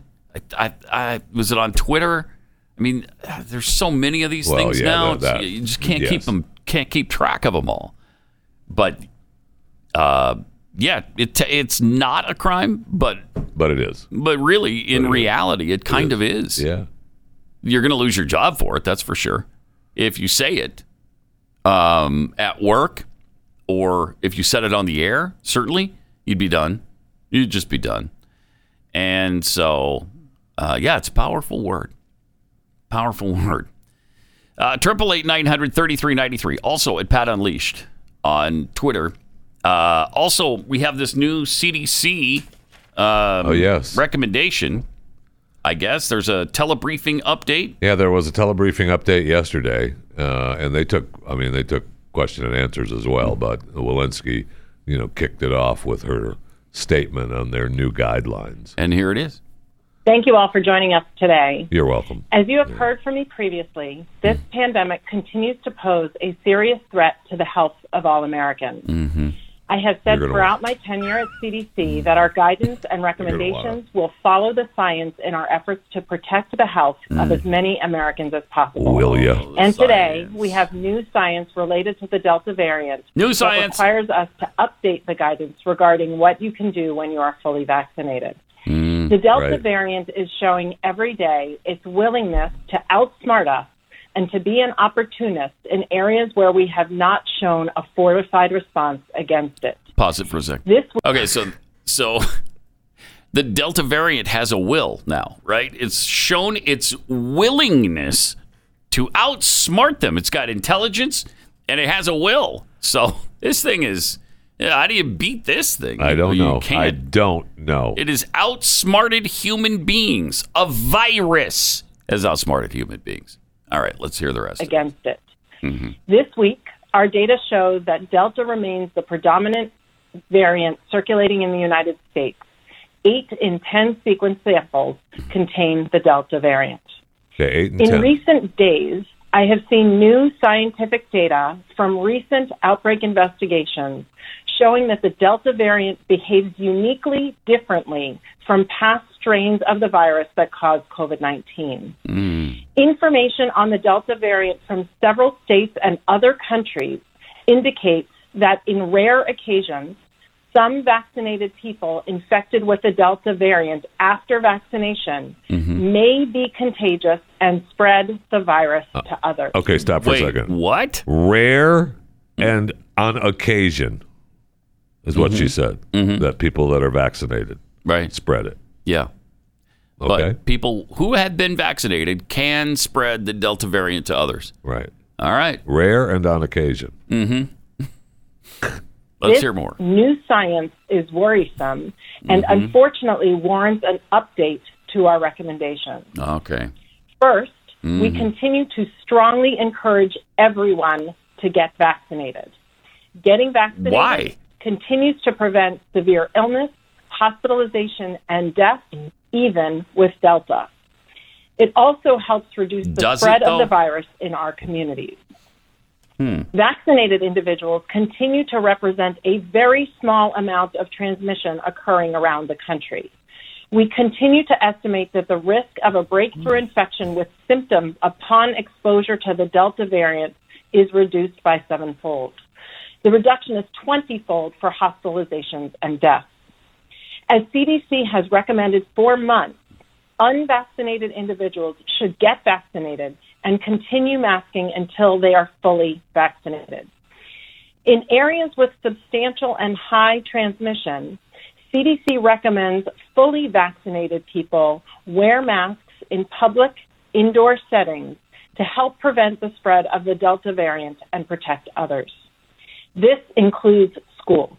B: I, I, I was it on Twitter? I mean, there's so many of these
C: Well,
B: things
C: yeah, that-
B: now. it's-
C: that-
B: you just can't keep
C: yes.
B: them. Can't keep track of them all. But uh, yeah, it, it's not a crime, but
C: But it is.
B: but really, in reality, it kind of is.
C: Yeah.
B: You're going to lose your job for it, that's for sure. If you say it um, at work or if you said it on the air, certainly you'd be done. You'd just be done. And so, uh, yeah, it's a powerful word. Powerful word. Uh, Triple eight nine hundred thirty three ninety three. Also at Pat Unleashed on Twitter. Uh, also, we have this new CDC
C: oh yes.
B: recommendation. I guess there's a telebriefing update.
C: Yeah, there was a telebriefing update yesterday, uh, and they took. I mean, they took question and answers as well. But Walensky, you know, kicked it off with her statement on their new guidelines.
B: And here it is.
I: Thank you all for joining us today.
C: You're welcome.
I: As you have heard from me previously, this pandemic continues to pose a serious threat to the health of all Americans.
B: Mm-hmm.
I: I have said
C: You're gonna-
I: throughout my tenure at CDC that our guidance and
C: wanna-
I: recommendations will follow the science in our efforts to protect the health of as many Americans as possible.
C: Will you?
I: And today,
B: Science.
I: we have new science related to the Delta variant
B: New
I: that
B: science.
I: requires us to update the guidance regarding what you can do when you are fully vaccinated.
J: Mm,
I: the Delta
C: Mm, right.
I: variant is showing every day its willingness to outsmart us and to be an opportunist in areas where we have not shown a fortified response against it.
B: Pause it for a sec.
I: This
B: Okay, so so the Delta variant has a will now, right? It's shown its willingness to outsmart them. It's got intelligence and it has a will. So this thing is yeah, how do you beat this thing?
C: I don't
B: You
C: know. I
B: can't.
C: don't know.
B: It has outsmarted human beings. A virus has outsmarted human beings. All right, let's hear the rest. Mm-hmm. of it.
I: against it. This week, our data shows that Delta remains the predominant variant circulating in the United States. Eight in 10 sequence samples contain the Delta variant.
C: Okay, eight and
I: In
C: ten.
I: recent days, I have seen new scientific data from recent outbreak investigations showing that the Delta variant behaves uniquely differently from past strains of the virus that caused COVID 19.
C: Mm.
I: Information on the Delta variant from several states and other countries indicates that in rare occasions, some vaccinated people infected with the Delta variant after vaccination
B: Mm-hmm.
I: may be contagious and spread the virus
B: Oh,
I: to others.
C: okay, stop for
B: Wait,
C: a second.
B: what? Mm.
C: Rare and on occasion is what she said. That people that are vaccinated
B: Mm-hmm. Right.
C: spread it.
B: Yeah. But
C: Okay,
B: people who have been vaccinated can spread the Delta variant to others.
C: right.
B: All right. Mm-hmm.
C: Rare and on occasion.
B: Let's
I: This
B: hear more. Mm-hmm.
I: New science is worrisome and unfortunately warrants an update to our recommendations.
B: Okay. Hmm.
I: First,
B: Mm.
I: we continue to strongly encourage everyone to get vaccinated. Getting vaccinated
B: Why?
I: continues to prevent severe illness, hospitalization, and death, even with Delta. It also helps reduce the
B: Does it,
I: spread of
B: though?
I: the virus in our communities.
B: Hmm.
I: Vaccinated individuals continue to represent a very small amount of transmission occurring around the country. We continue to estimate that the risk of a breakthrough infection with symptoms upon exposure to the Delta variant is reduced by sevenfold. The reduction is 20 fold for hospitalizations and deaths. As CDC has recommended for months, unvaccinated individuals should get vaccinated and continue masking until they are fully vaccinated. In areas with substantial and high transmission, CDC recommends fully vaccinated people wear masks in public indoor settings to help prevent the spread of the Delta variant and protect others. This includes schools.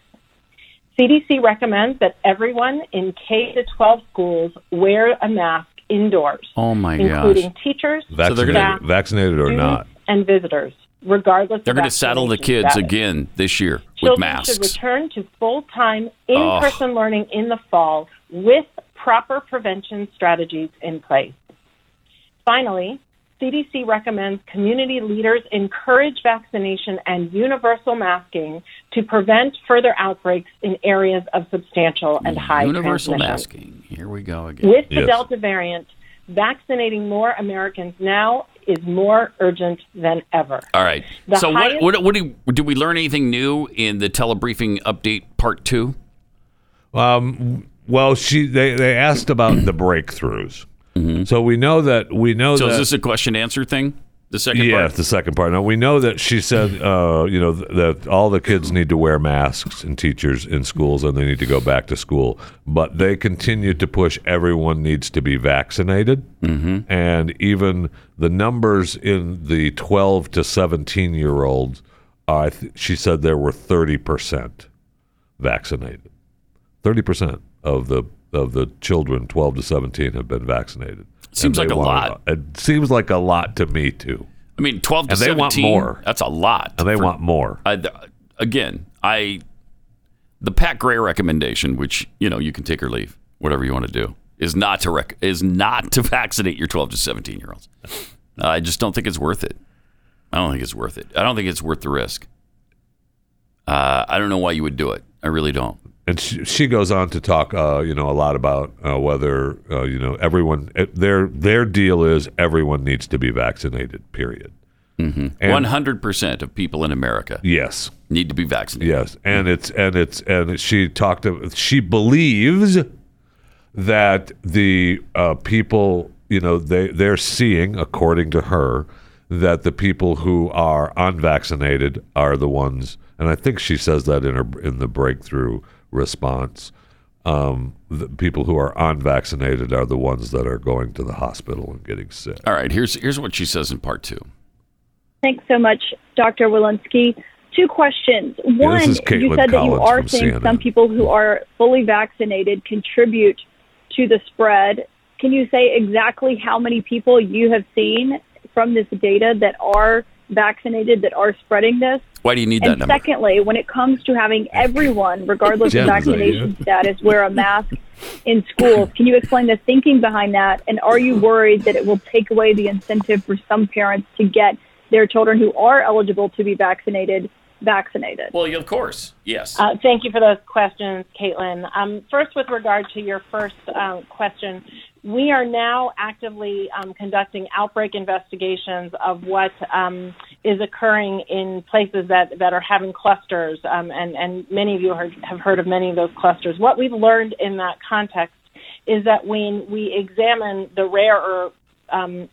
I: CDC recommends that everyone in K to 12 schools wear a mask indoors,
B: Oh my
I: including
B: gosh.
I: teachers,
C: Vaccinated,
B: they're
I: gonna- Mm-hmm.
C: vaccinated or
I: students,
C: not.
I: and visitors, regardless.
B: They're
I: going to
B: saddle the kids again this year with
I: Children
B: masks.
I: should return to full-time in-person learning in the fall with proper prevention strategies in place. Finally, CDC recommends community leaders encourage vaccination and universal masking to prevent further outbreaks in areas of substantial and high
B: Universal
I: transmission.
B: masking. Here we go again.
I: With the
C: Yes.
I: Delta variant, vaccinating more Americans now is more urgent than ever.
B: All right.
I: The
B: So what,
I: highest-
B: what, what do, do we learn anything new in the telebriefing update part two?
C: Um, well, she they, they asked about the breakthroughs. So we know that we know
B: Mm-hmm. So
C: that
B: is this a question answer thing? The second
C: yeah,
B: part?
C: the second part. Now we know that she said, uh, you know, th- that all the kids need to wear masks and teachers in schools, and they need to go back to school. But they continue to push everyone needs to be vaccinated, mm-hmm. and even the numbers in the twelve to seventeen year olds. I th- she said there were thirty percent vaccinated, thirty percent of the of the children 12 to 17 have been vaccinated.
B: Seems
C: And they
B: like a
C: want-
B: lot.
C: It seems like a lot to me too.
B: I mean, 12 to
C: And they
B: 17.
C: want more.
B: That's a lot.
C: And they
B: for-
C: want more.
B: I, th- again, I the Pat Gray recommendation, which you know you can take or leave, whatever you want to do, is not to rec- is not to vaccinate your 12 to 17 year olds. I just don't think it's worth it. I don't think it's worth it. I don't think it's worth the risk. Uh, I don't know why you would do it. I really don't.
C: and she, she goes on to talk, uh, you know, a lot about uh, whether, uh, you know, everyone it- their their deal is everyone needs to be vaccinated. Period.
B: Mm-hmm.
C: And-
B: 100% of people in America
C: Yes,
B: need to be vaccinated.
C: yes, and it's and it's and she talked. of- She believes that the uh, people, you know, they they're seeing, according to her, that the people who are unvaccinated are the ones, and I think she says that in her in the breakthrough response. Um, the people who are unvaccinated are the ones that are going to the hospital and getting sick.
B: All right, here's here's what she says in part 2.
K: Thanks so much, Dr. Walensky. Two questions. One,
C: this
K: you
C: is
K: said
C: Caitlin
K: that you
C: Collins
K: are
C: from
K: seeing
C: CNN.
K: some people who are fully vaccinated contribute to the spread. Can you say exactly how many people you have seen from this data that are vaccinated that are spreading this?
B: Why do you need that
K: And
B: number?
K: secondly, when it comes to having everyone, regardless
C: Jen's
K: of vaccination
C: idea.
K: status, wear a mask in schools, can you explain the thinking behind that? And are you worried that it will take away the incentive for some parents to get their children who are eligible to be vaccinated vaccinated?
B: well, yeah, of course. Yes.
I: Uh, thank you for those questions, Caitlin. Um, first, with regard to your first um, question, we are now actively um, conducting outbreak investigations of what um, is occurring in places that, that are having clusters, um, and, and many of you heard, have heard of many of those clusters. What we've learned in that context is that when we examine the rarer um,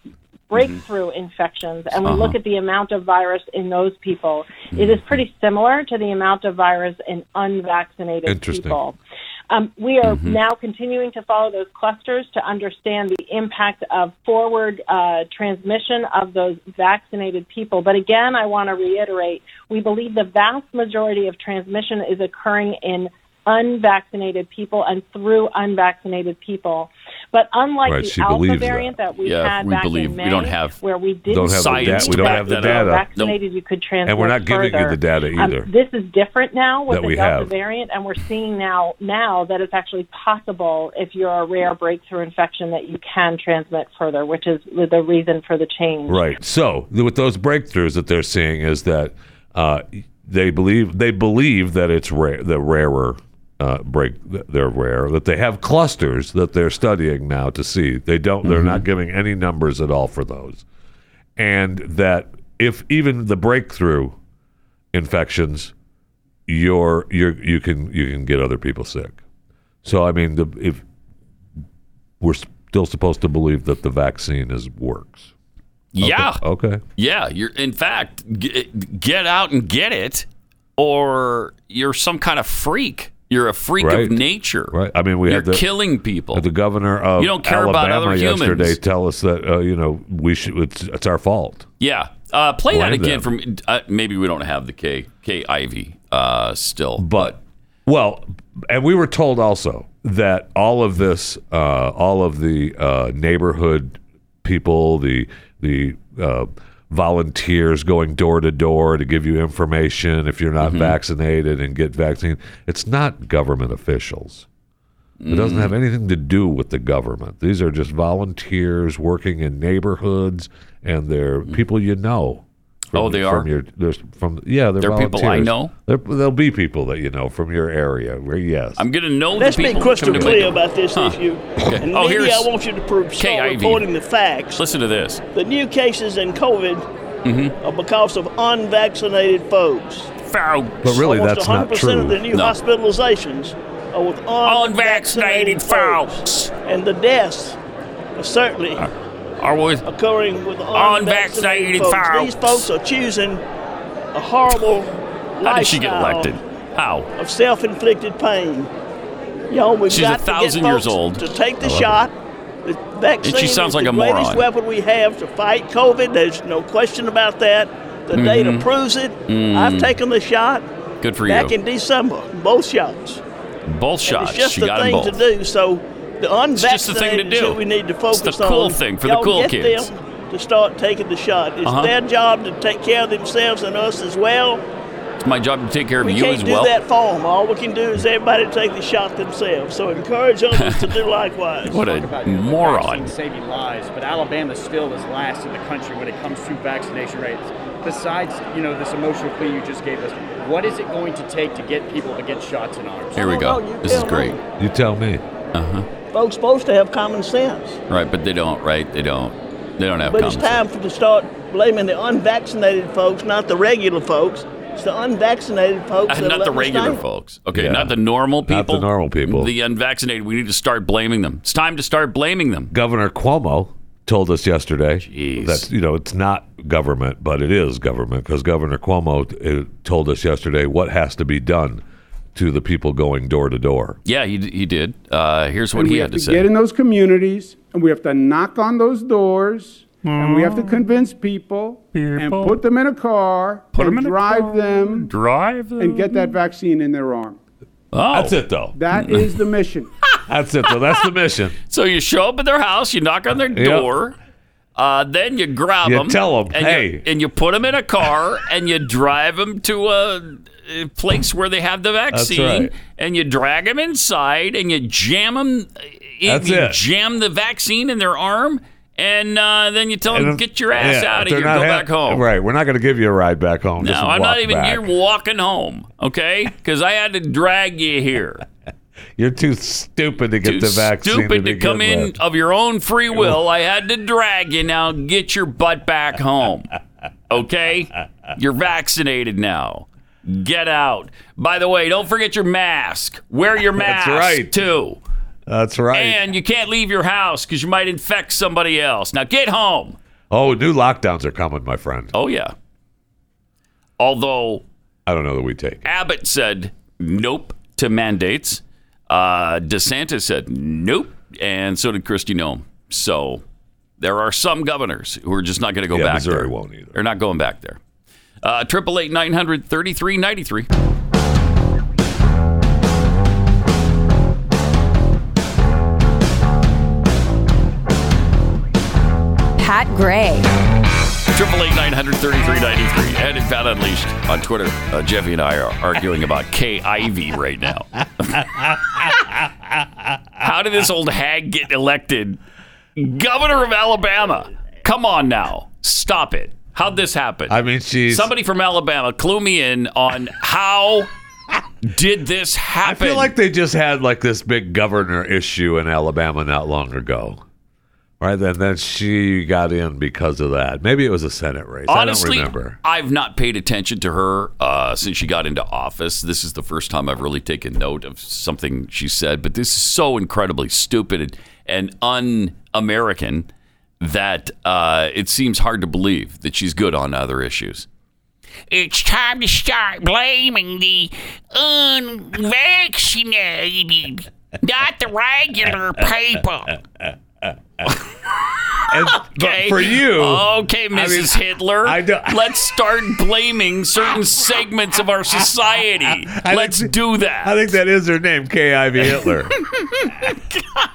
I: breakthrough
B: Mm-hmm.
I: infections and
B: Uh-huh.
I: we look at the amount of virus in those people, it
C: Hmm.
I: is pretty similar to the amount of virus in unvaccinated
C: Interesting. Mm-hmm.
I: people. Um, we are now continuing to follow those clusters to understand the impact of forward uh, transmission of those vaccinated people. But again, I want to reiterate we believe the vast majority of transmission is occurring in unvaccinated people and through unvaccinated people. But unlike
C: Right, she
I: the alpha
C: believes that.
I: variant that, we
B: Yeah,
I: had
B: we
I: back
B: believe-
I: in
B: we
I: May,
B: don't have-
I: where we didn't
C: Don't have the
B: Science
C: data. We
B: to
C: don't
B: back
C: have the
B: that up.
C: data.
I: vaccinated, you could transmit
C: And we're not giving you
I: further.
C: the data
I: Um,
C: either.
I: this is different now with
C: That
I: the
C: we
I: Delta
C: have.
I: variant, and we're seeing now now that it's actually possible if you're a rare breakthrough infection that you can transmit further, which is the reason for the change.
C: Right. So th- with those breakthroughs that they're seeing is that uh, they believe they believe that it's rare, the rarer uh, break th- they're rare that they have clusters that they're studying now to see they don't they're not giving any numbers at all for those, and that if even the breakthrough infections, you're you're you can you can get other people sick. So I mean, the, if we're still supposed to believe that the vaccine is works.
B: yeah.
C: Okay.
B: Yeah, you're. In fact, g- get out and get it, or you're some kind of freak. You're a freak
C: Right.
B: of nature.
C: Right. I mean, we
B: you're
C: had the,
B: killing people.
C: the governor of
B: You don't care about
C: Alabama
B: other humans.
C: yesterday tell us that uh, you know we should. It's, it's our fault.
B: yeah. Uh, play that
C: Blame
B: again
C: them.
B: from. Uh, maybe we don't have the K K Ivy uh, still,
C: But well, and we were told also that all of this, uh, all of the uh, neighborhood people, the the uh, volunteers going door to door to give you information if you're not
B: Mm-hmm.
C: vaccinated and get vaccine. It's not government officials. It doesn't
B: Mm.
C: have anything to do with the government. These are just volunteers working in neighborhoods, and they're people you know. From,
B: Mm. Oh, they
C: from
B: are?
C: Your, there's from yeah, they're,
B: They're people I
C: volunteers.
B: know?
C: There, there'll be people that you know from your area. Where yes,
B: I'm gonna know.
L: Let's
B: the
L: be
B: people
L: crystal
B: that come to
L: clear
B: Lincoln.
L: about this
B: Huh.
L: issue. And
B: Oh,
L: media,
B: here's
L: I want you to pro- start
B: KIV.
L: reporting the facts.
B: Listen to this. Mm-hmm.
L: The new cases in COVID are because of unvaccinated folks.
C: but really
L: Almost
C: that's
L: 100%
C: not true.
L: of the new
B: No.
L: hospitalizations are with unvaccinated,
B: Unvaccinated folks. Uh,
L: And the deaths are certainly
B: Are we?
L: occurring with unvaccinated
B: Unvaccinated
L: folks. These
B: folks.
L: folks are choosing a horrible
B: How did she get
L: lifestyle
B: elected? How?
L: of self-inflicted pain. Y'all, we've
B: She's
L: got
B: a thousand
L: to get
B: years
L: folks
B: old.
L: to take the
C: love
L: shot. The vaccine
B: sounds
L: is
B: like
L: the
B: a
L: greatest
B: moron.
L: weapon we have to fight COVID. There's no question about that. The data proves it. I've taken the shot
B: Mm-hmm. Mm. Good for
L: back
B: you.
L: in December, both shots.
B: Both shots.
L: It's just
B: she
L: the
B: got
L: thing
B: them both.
L: to do. So the unvaccinated
B: just the thing to
L: is
B: do.
L: what we need to
B: It's
L: focus
B: the
L: on.
B: cool thing for the
L: Y'all
B: cool
L: get
B: kids.
L: them to start taking the shot. It's
B: Uh-huh.
L: their job to take care of themselves and us as well.
B: It's my job to take care of
L: we
B: you
L: can't
B: as
L: do
B: well.
L: that for them. All we can do is everybody take the shot themselves. So encourage others to do likewise.
B: What a moron.
M: Vaccines saving lives, but Alabama still is last in the country when it comes to vaccination rates. Besides, you know, this emotional plea you just gave us, what is it going to take to get people to get shots in arms?
B: Here we go. This is great.
C: You tell me.
B: Uh huh.
L: Folks supposed to have common sense.
B: Right, but they don't. Right, they don't. They don't have.
L: But it's
B: common
L: time for to start blaming the unvaccinated folks, not the regular folks. It's the unvaccinated folks.
B: Uh,
L: that
B: not
L: let
B: the
L: us
B: regular
L: down.
B: folks. Okay,
C: Yeah.
B: not the normal people.
C: Not the normal people.
B: The unvaccinated. We need to start blaming them. It's time to start blaming them.
C: Governor Cuomo told us yesterday that you know it's not government, but it is government because Governor Cuomo uh, told us yesterday what has to be done to the people going door to door.
B: Yeah, he, he did. Uh, here's what
N: and
B: he
N: we
B: had
N: have
B: to
N: to,
B: say.
N: get in those communities and we have to knock on those doors and we have to convince people, and
B: Oh. People.
N: put them in a car
B: Put
N: and
B: 'em in a
N: drive them
B: drive
N: and get that vaccine in their arm.
B: Oh.
C: That's it, though.
N: That is the mission.
C: That's it, though. That's the mission.
B: So you show up at their house, you knock on their
C: Yep.
B: door, uh, then you grab
C: You
B: them,
C: tell 'em,
B: and
C: "Hey."
B: you, and you put them in a car, and you drive them to a a place where they have the vaccine,
C: right.
B: and you drag them inside, and you jam them,
C: That's
B: you
C: it.
B: jam the vaccine in their arm, and uh, then you tell
C: And
B: them,
C: if-
B: "Get your ass
C: yeah,
B: out
C: if
B: of
C: they're
B: here,
C: not
B: go
C: hap-
B: back home."
C: Right, we're not going to give you a ride back home.
B: No,
C: Just
B: I'm
C: walk
B: not even.
C: back.
B: You're walking home, okay? Because I had to drag you here.
C: You're too stupid to get
B: Too
C: the vaccine.
B: Stupid to
C: begin
B: come in
C: with.
B: of your own free will. I had to drag you. Now get your butt back home. Okay? You're vaccinated now. Get out. By the way, don't forget your mask. Wear your mask
C: That's right.
B: too.
C: That's right.
B: And you can't leave your house because you might infect somebody else. Now get home.
C: oh, new lockdowns are coming, my friend.
B: Oh yeah. Although
C: I don't know that we take.
B: Abbott said nope to mandates. Uh, DeSantis said nope, and so did Christy Noem. So there are some governors who are just not going to go
C: Yeah,
B: back.
C: Missouri
B: there.
C: won't either.
B: They're not going back there. Uh, Triple eight nine hundred thirty three ninety three.
F: Pat Gray.
B: Triple eight nine hundred thirty three ninety three. And at Pat Unleashed on Twitter, uh, Jeffy and I are arguing about K Ivy right now. How did this old hag get elected governor of Alabama? Come on now, stop it. How'd this happen?
C: I mean, she's
B: Somebody from Alabama, clue me in on how did this happen?
C: I feel like they just had like this big governor issue in Alabama not long ago. Right? And then she got in because of that. Maybe it was a Senate race.
B: Honestly,
C: I don't remember.
B: have not paid attention to her uh, since she got into office. This is the first time I've really taken note of something she said, but this is so incredibly stupid and un American that uh, it seems hard to believe that she's good on other issues.
O: It's time to start blaming the unvaccinated, not the regular people.
C: And-
B: Okay.
C: But for you.
B: Okay, Mrs. Hitler.
C: I don't-
B: let's start blaming certain segments of our society. let's do that.
C: I think that is her name, KIV Hitler.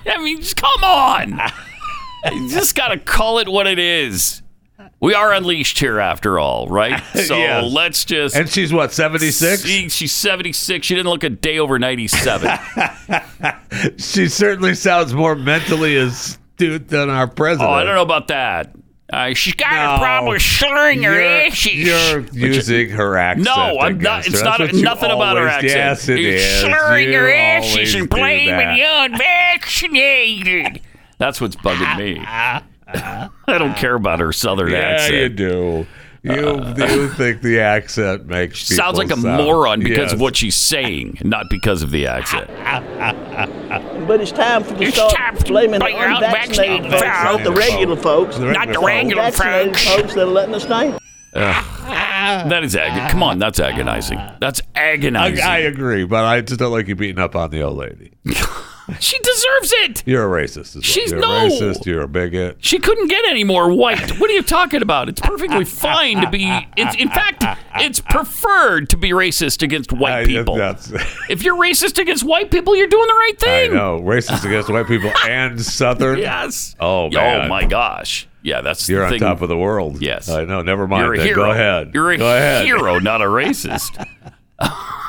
B: I mean, just come on. you just got to call it what it is. We are unleashed here after all, right? So
C: Yes.
B: let's just.
C: and she's what, 76?
B: See, she's 76. She didn't look a day over 97.
C: She certainly sounds more mentally astute than our
B: oh,
C: president.
B: I don't know about that. Uh, she's got
O: Got a problem with slurring your
C: You're,
O: issues.
C: you're using her accent.
B: No, I'm
C: against
B: not-
C: her.
B: it's
C: That's
B: not-
C: what you
B: nothing about her
C: always- Yes, it
B: accent. You're
C: is.
O: Slurring
C: You
O: your issues
C: always
O: and
C: do that.
O: blaming the unvaccinated.
B: That's what's bugging me. I don't care about her southern
C: yeah,
B: accent.
C: you do. You, you think the accent makes
B: She Uh, sounds like
C: people
B: a
C: sound-
B: moron because
C: Yes.
B: of what she's saying, not because of the accent.
L: But it's time for to
O: It's
L: start
O: time to
L: blaming the
O: blame your
L: unvaccinated
O: unvaccinated
L: folks, not
O: folks.
L: the regular folks,
O: The Not the regular
L: Unvaccinated
O: folks.
L: folks that are letting us down.
B: Ugh. that is agon. Come on, that's agonizing. That's
C: I,
B: agonizing.
C: I agree, but I just don't like you beating up on the old lady.
B: She deserves it.
C: You're a racist. is what-
B: She's
C: you're
B: no-
C: a racist. You're a bigot.
B: She couldn't get any more white. What are you talking about? It's perfectly fine to be. It's, in fact, it's preferred to be racist against white people. If you're racist against white people, you're doing the right
C: I
B: thing.
C: know racist against white people and Southern.
B: Yes.
C: Oh man.
B: Oh my gosh. Yeah, that's
C: You're
B: the
C: on
B: thing.
C: top of the world. Yes. I know. Never mind.
B: You're a
C: then.
B: hero.
C: Go ahead.
B: You're a
C: Go ahead.
B: hero, not a racist.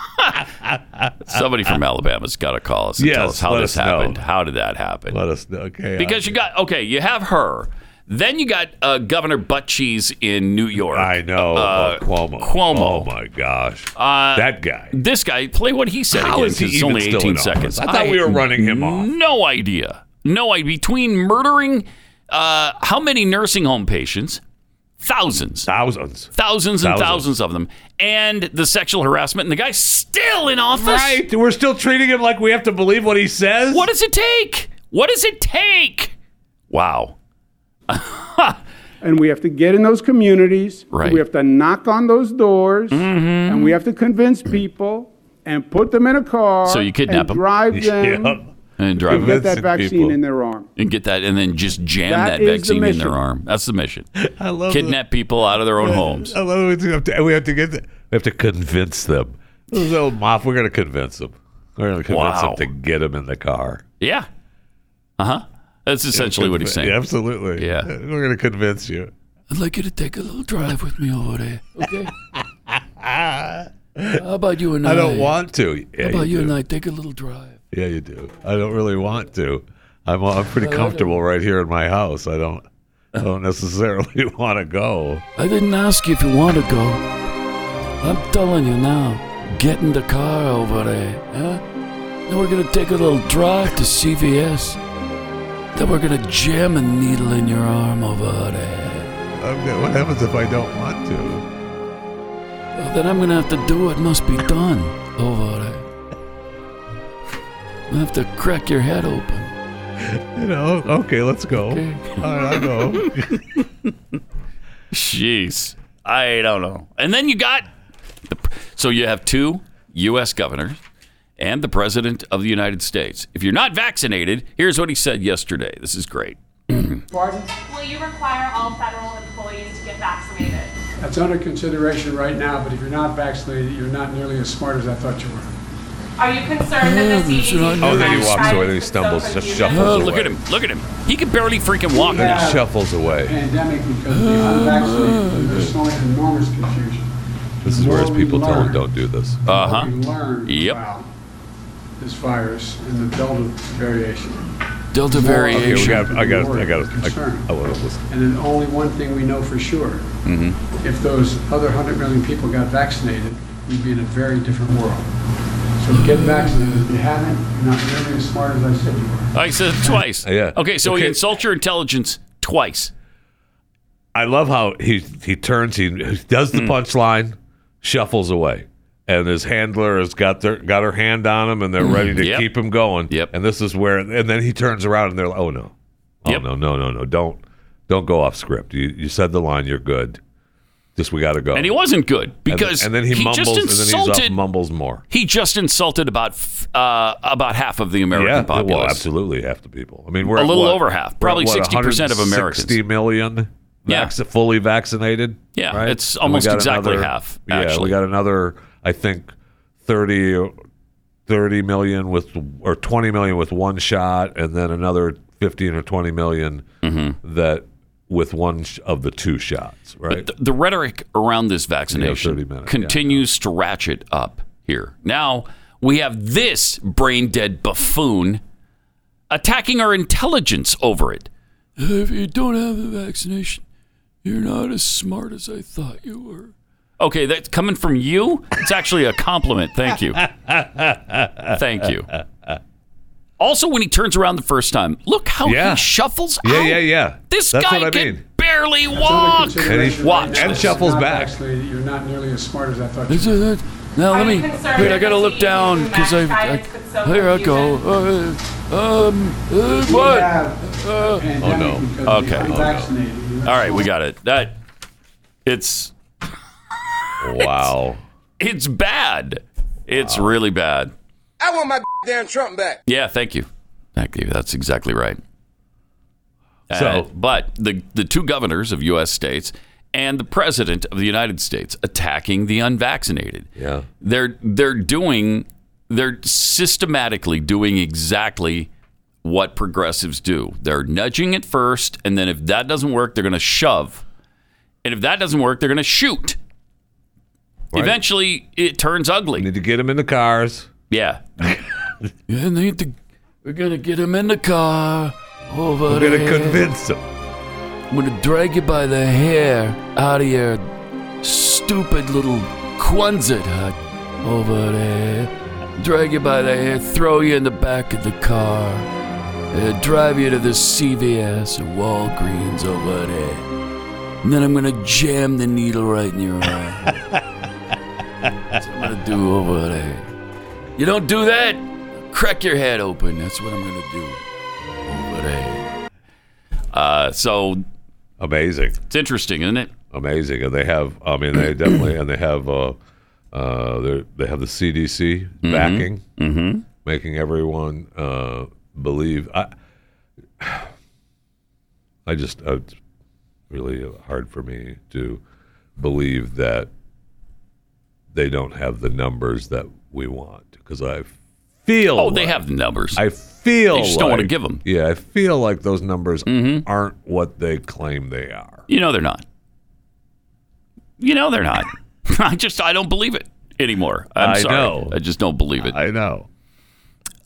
B: Somebody from Alabama's got to call us and tell
C: Yes,
B: us how
C: let
B: this
C: us know.
B: happened. How did that happen?
C: Let us know. Okay.
B: Because you got okay, you have her. Then you got uh, Governor Butt Cheese in New York. I know
C: oh, Cuomo.
B: Cuomo.
C: Oh my gosh.
B: Uh,
C: that guy.
B: This guy. Play what he said
C: How
B: again.
C: is he
B: 'cause it's
C: even
B: only
C: still in
B: 18
C: office?
B: seconds.
C: I thought we were running him off.
B: No idea. No idea. Between murdering, uh, how many nursing home patients? Thousands.
C: Thousands.
B: Thousands and
C: Thousands.
B: thousands of them. And the sexual harassment. And the guy's still in office.
C: uh, Right. We're still treating him like we have to believe what he says.
B: What does it take? What does it take? Wow.
N: And we have to get in those communities.
B: Right.
N: We have to knock on those doors.
B: Mm-hmm.
N: And we have to convince people and put them in a car.
B: So you kidnap
N: and
B: them.
N: Drive them
B: And drive
N: and get that vaccine in their arm.
B: and get that, and then just jam that,
N: That is the
B: vaccine in
N: mission.
B: their arm. That's the mission.
C: I love
B: kidnap people out of their own homes.
C: I love it. We have to, we have to get. The, we have to convince them. Those little moth. We're going to convince them. We're going to convince
B: Wow.
C: them to get him in the car.
B: Yeah. Uh huh. That's essentially what he's saying.
C: Yeah, absolutely.
B: Yeah.
C: We're going to convince you.
B: I'd like you to take a little drive with me over there. Okay.
C: How
B: about you and
C: I don't want to. Yeah, do.
B: I take a little drive?
C: Yeah, you do. I don't really want to. I'm I'm pretty comfortable right here in my house. I don't I don't necessarily want to go.
B: I didn't ask you if you want to go. I'm telling you now. Get in the car over there. Huh? Then we're gonna take a little drive to CVS. Then we're gonna jam a needle in your arm over there.
C: I'm good. What happens if I don't want to?
B: Well, then I'm gonna have to do what must be done over there. I have to crack your head open.
C: You know. Okay, let's go. All right, I'll go.
B: Jeez, I don't know. And then you got the, so you have two U.S. governors and the president of the United States. If you're not vaccinated, here's what he said yesterday. This is great.
P: Will you require all federal employees to get vaccinated?
Q: That's under consideration right now, but if you're not vaccinated, you're not nearly as smart as I thought you were.
P: Are you
Q: Mm.
P: concerned that the CDC
C: Oh, then he walks away. Then he stumbles, just shuffles
B: Oh,
C: away.
B: look at him! Look at him! He can barely freaking walk
C: And he
B: now.
C: shuffles away.
Q: Pandemic because of the unvaccinated, there's so much enormous confusion.
C: This is where his people tell him don't do this.
B: Uh huh.
Q: We learned
B: Yep.
Q: about this virus and the Delta variation.
B: Delta
Q: More
C: Okay, we
B: variation.
C: got. I got. I
Q: more
C: got.
Q: concern.
C: I, I want to listen.
Q: And then only one thing we know for sure,
C: Mm-hmm.
Q: if those other 100 million people got vaccinated, we'd be in a very different world. So get vaccinated. If you haven't, you're not nearly as smart as I said you were.
B: I Oh, said it twice.
C: Yeah.
B: Okay, so he
C: Okay.
B: insults your intelligence twice.
C: I love how he he turns, he does
B: Hmm.
C: the punchline, shuffles away, and his handler has got their got her hand on him, and they're ready to
B: Hmm. Yep.
C: keep him going. Yep. And this is where, and then he turns around, and they're like, "Oh no, oh no, no, no, no! Don't don't go off script. You you said the line. You're good. Just we got to go."
B: And he wasn't good
C: And then-
B: because
C: and then, he, mumbles,
B: just
C: and then he's
B: insulted.
C: off, mumbles more.
B: he just insulted about f- uh, about half of the American
C: yeah,
B: populace.
C: well, absolutely half the people. I mean, we're
B: A
C: at
B: little
C: what?
B: over half,
C: We're at
B: probably
C: what,
B: 60% of Americans.
C: 160 million vac- fully vaccinated.
B: Yeah,
C: right?
B: it's
C: And we
B: almost
C: got
B: exactly
C: another-
B: half,
C: Yeah, we
B: actually.
C: got another, I think, 30, or 30 million with or 20 million with one shot, and then another 15 or 20 million
B: Mm-hmm.
C: that with one sh- of the two shots, right?
B: But the, the rhetoric around this vaccination
C: 30 minutes, yeah,
B: continues to ratchet up here. Now we have this brain dead buffoon attacking our intelligence over it. If you don't have the vaccination, you're not as smart as I thought you were. Okay, that's coming from you. It's actually a compliment. Thank you. Thank you. Also, when he turns around the first time, look how
C: Yeah.
B: he shuffles
C: yeah,
B: out.
C: yeah, yeah.
B: This
C: That's
B: guy
C: what I
B: can
C: mean.
B: barely
Q: Under
B: walk.
Q: consideration right
B: Watch.
Q: now,
B: this.
Q: if you're not vaccinated, You're not nearly as smart as I thought you were.
B: Now let me.
Q: concerned
B: Wait, I
Q: that
B: gotta
Q: the
B: look down because I, I. Here I go. Uh, um. Uh,
Q: We
B: what? Uh,
Q: have a pandemic
B: Oh, no.
Q: because of the
B: Okay.
Q: unvaccinated. You're
B: All
Q: not
B: right, we got it. That. It's.
C: Wow.
B: It's, bad. It's really bad.
R: I want my damn Trump back.
B: Yeah. Thank you. That gave- That's exactly right. Uh,
C: So-
B: but the the two governors of U.S. states and the president of the United States attacking the unvaccinated. Yeah, they're they're doing they're systematically doing exactly what progressives do. They're nudging at first, and then if that doesn't work, they're going to shove, and if that doesn't work, they're going to shoot. Eventually, it turns ugly.
C: Need to get them in the cars.
B: Yeah. you need to. We're gonna get him in the car. Over
C: We're gonna
B: there.
C: convince him.
B: I'm gonna drag you by the hair out of your stupid little Quonset hut over there. Drag you by the hair, throw you in the back of the car, uh, drive you to the CVS or Walgreens over there. And then I'm gonna jam the needle right in your eye. That's what I'm gonna do over there. You don't do that, crack your head open. That's what I'm gonna do over there. Uh, so
C: amazing.
B: It's interesting, isn't it?
C: Amazing, and they have. I mean, they definitely, and they have. Uh, uh, they're- they have the CDC
B: Mhm.
C: backing,
B: Mhm.
C: making everyone uh, believe. I, I just uh, it's really hard for me to believe that they don't have the numbers that we want because I feel.
B: Oh, they
C: like-
B: have the numbers.
C: I feel.
B: They just don't wanna
C: like-
B: give 'em. Mm-hmm.
C: Yeah, I feel like those numbers aren't what they claim they are.
B: You know they're not. You know they're not. I just I don't believe it anymore. I'm
C: I
B: sorry.
C: know.
B: I just don't believe it. I
C: know.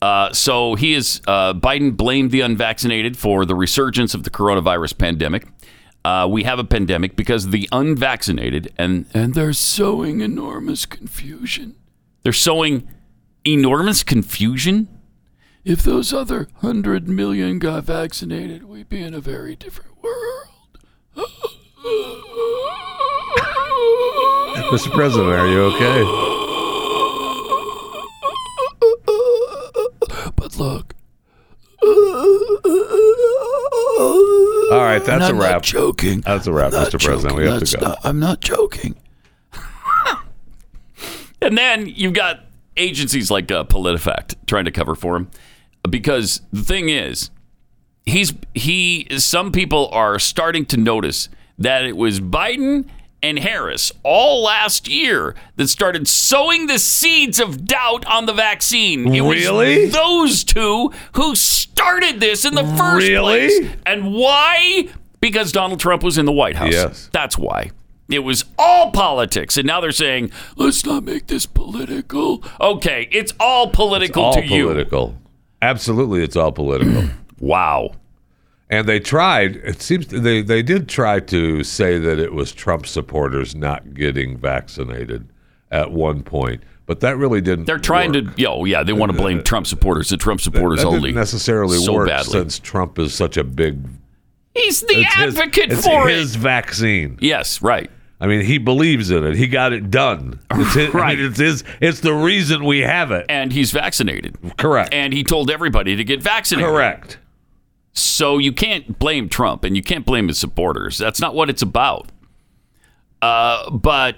B: Uh, so he is. Uh, Biden blamed the unvaccinated for the resurgence of the coronavirus pandemic. Uh, we have a pandemic because the unvaccinated and and they're sowing enormous confusion. They're sowing enormous confusion. If those other hundred million got vaccinated, we'd be in a very different world.
C: Mr. President, are you okay?
B: But look,
C: All right, that's
B: I'm
C: a
B: not
C: wrap.
B: joking.
C: That's a wrap,
B: I'm not
C: Mr. President. We
B: joking.
C: have
B: That's
C: to go.
B: not- I'm not joking. and then you've got agencies like uh, PolitiFact trying to cover for him because the thing is, he's he. Some people are starting to notice that it was Biden and Harris all last year that started sowing the seeds of doubt on the vaccine. It was
C: Really?
B: those two who started this in the first
C: Really?
B: place. And why? Because Donald Trump was in the White House.
C: Yes.
B: That's why. It was all politics. And now they're saying, let's not make this political. Okay, it's all political
C: all
B: to you.
C: political. Absolutely, it's all political.
B: wow.
C: And they tried. It seems they they did try to say that it was Trump supporters not getting vaccinated at one point, but that really didn't.
B: They're trying
C: work.
B: to, yo, yeah, they want to blame Trump supporters, the Trump supporters
C: Uh, that
B: only.
C: didn't necessarily
B: so
C: work
B: badly.
C: since Trump is such a big
B: He's the
C: it's his-
B: advocate
C: it's
B: for
C: his vaccine.
B: Yes, right.
C: I mean, he believes in it. He got it done. It's his,
B: Right.
C: right. it's his. It's the reason we have it.
B: it. And he's vaccinated.
C: Correct.
B: And he told everybody to get vaccinated.
C: Correct.
B: So you can't blame Trump and you can't blame his supporters. That's not what it's about. Uh, but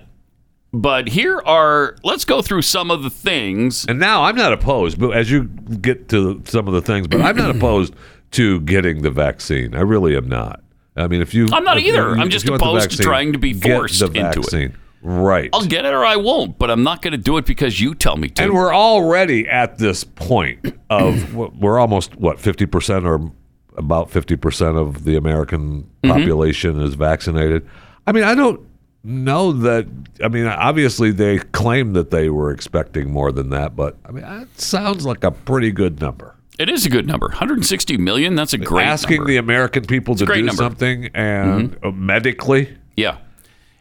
B: but here are let's go through some of the things.
C: And now I'm not opposed, but as you get to some of the things, but I'm not opposed to getting the vaccine. I really am not. I mean, if you,
B: I'm not
C: if you-
B: either. I'm
C: if
B: just
C: you want the
B: opposed to
C: vaccine,
B: trying to be
C: get
B: forced
C: the
B: into it.
C: vaccine. Right.
B: I'll get it or I won't, but I'm not going to do it because you tell me to.
C: And we're already at this point of we're almost what 50% or about 50% of the American
B: Mm-hmm.
C: population is vaccinated. I mean, I don't know that I mean, obviously they claim that they were expecting more than that, but I mean, that sounds like a pretty good number.
B: it is a good number. 160 million, that's a great
C: Asking
B: number.
C: the American people
B: a
C: to
B: great
C: do
B: number. Mm-hmm.
C: something and uh, medically
B: Yeah.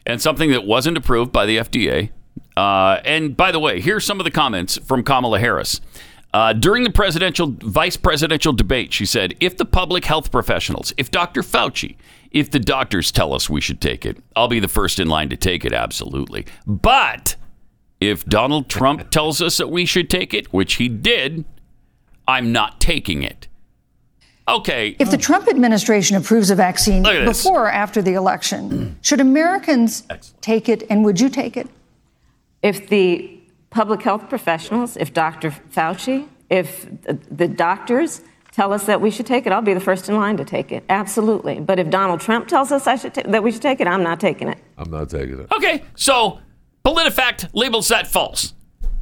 B: And something that wasn't approved by the FDA. Uh, and by the way, here's some of the comments from Kamala Harris. Uh, during the presidential vice presidential debate, she said, "If the public health professionals, if Dr. Fauci, if the doctors tell us we should take it, I'll be the first in line to take it, absolutely. But if Donald Trump tells us that we should take it, which he did, I'm not taking it." Okay,
R: If the Trump administration approves a vaccine
B: Oh. Look at this.
R: before or after the election, should Americans take it and would you take it?
S: if the public health professionals, if Dr. Fauci, if the- the doctors tell us that we should take it, I'll be the first in line to take it. Absolutely. But if Donald Trump tells us I should ta- that we should take it, I'm not taking it.
C: I'm not taking it.
B: Okay, so PolitiFact labels that false.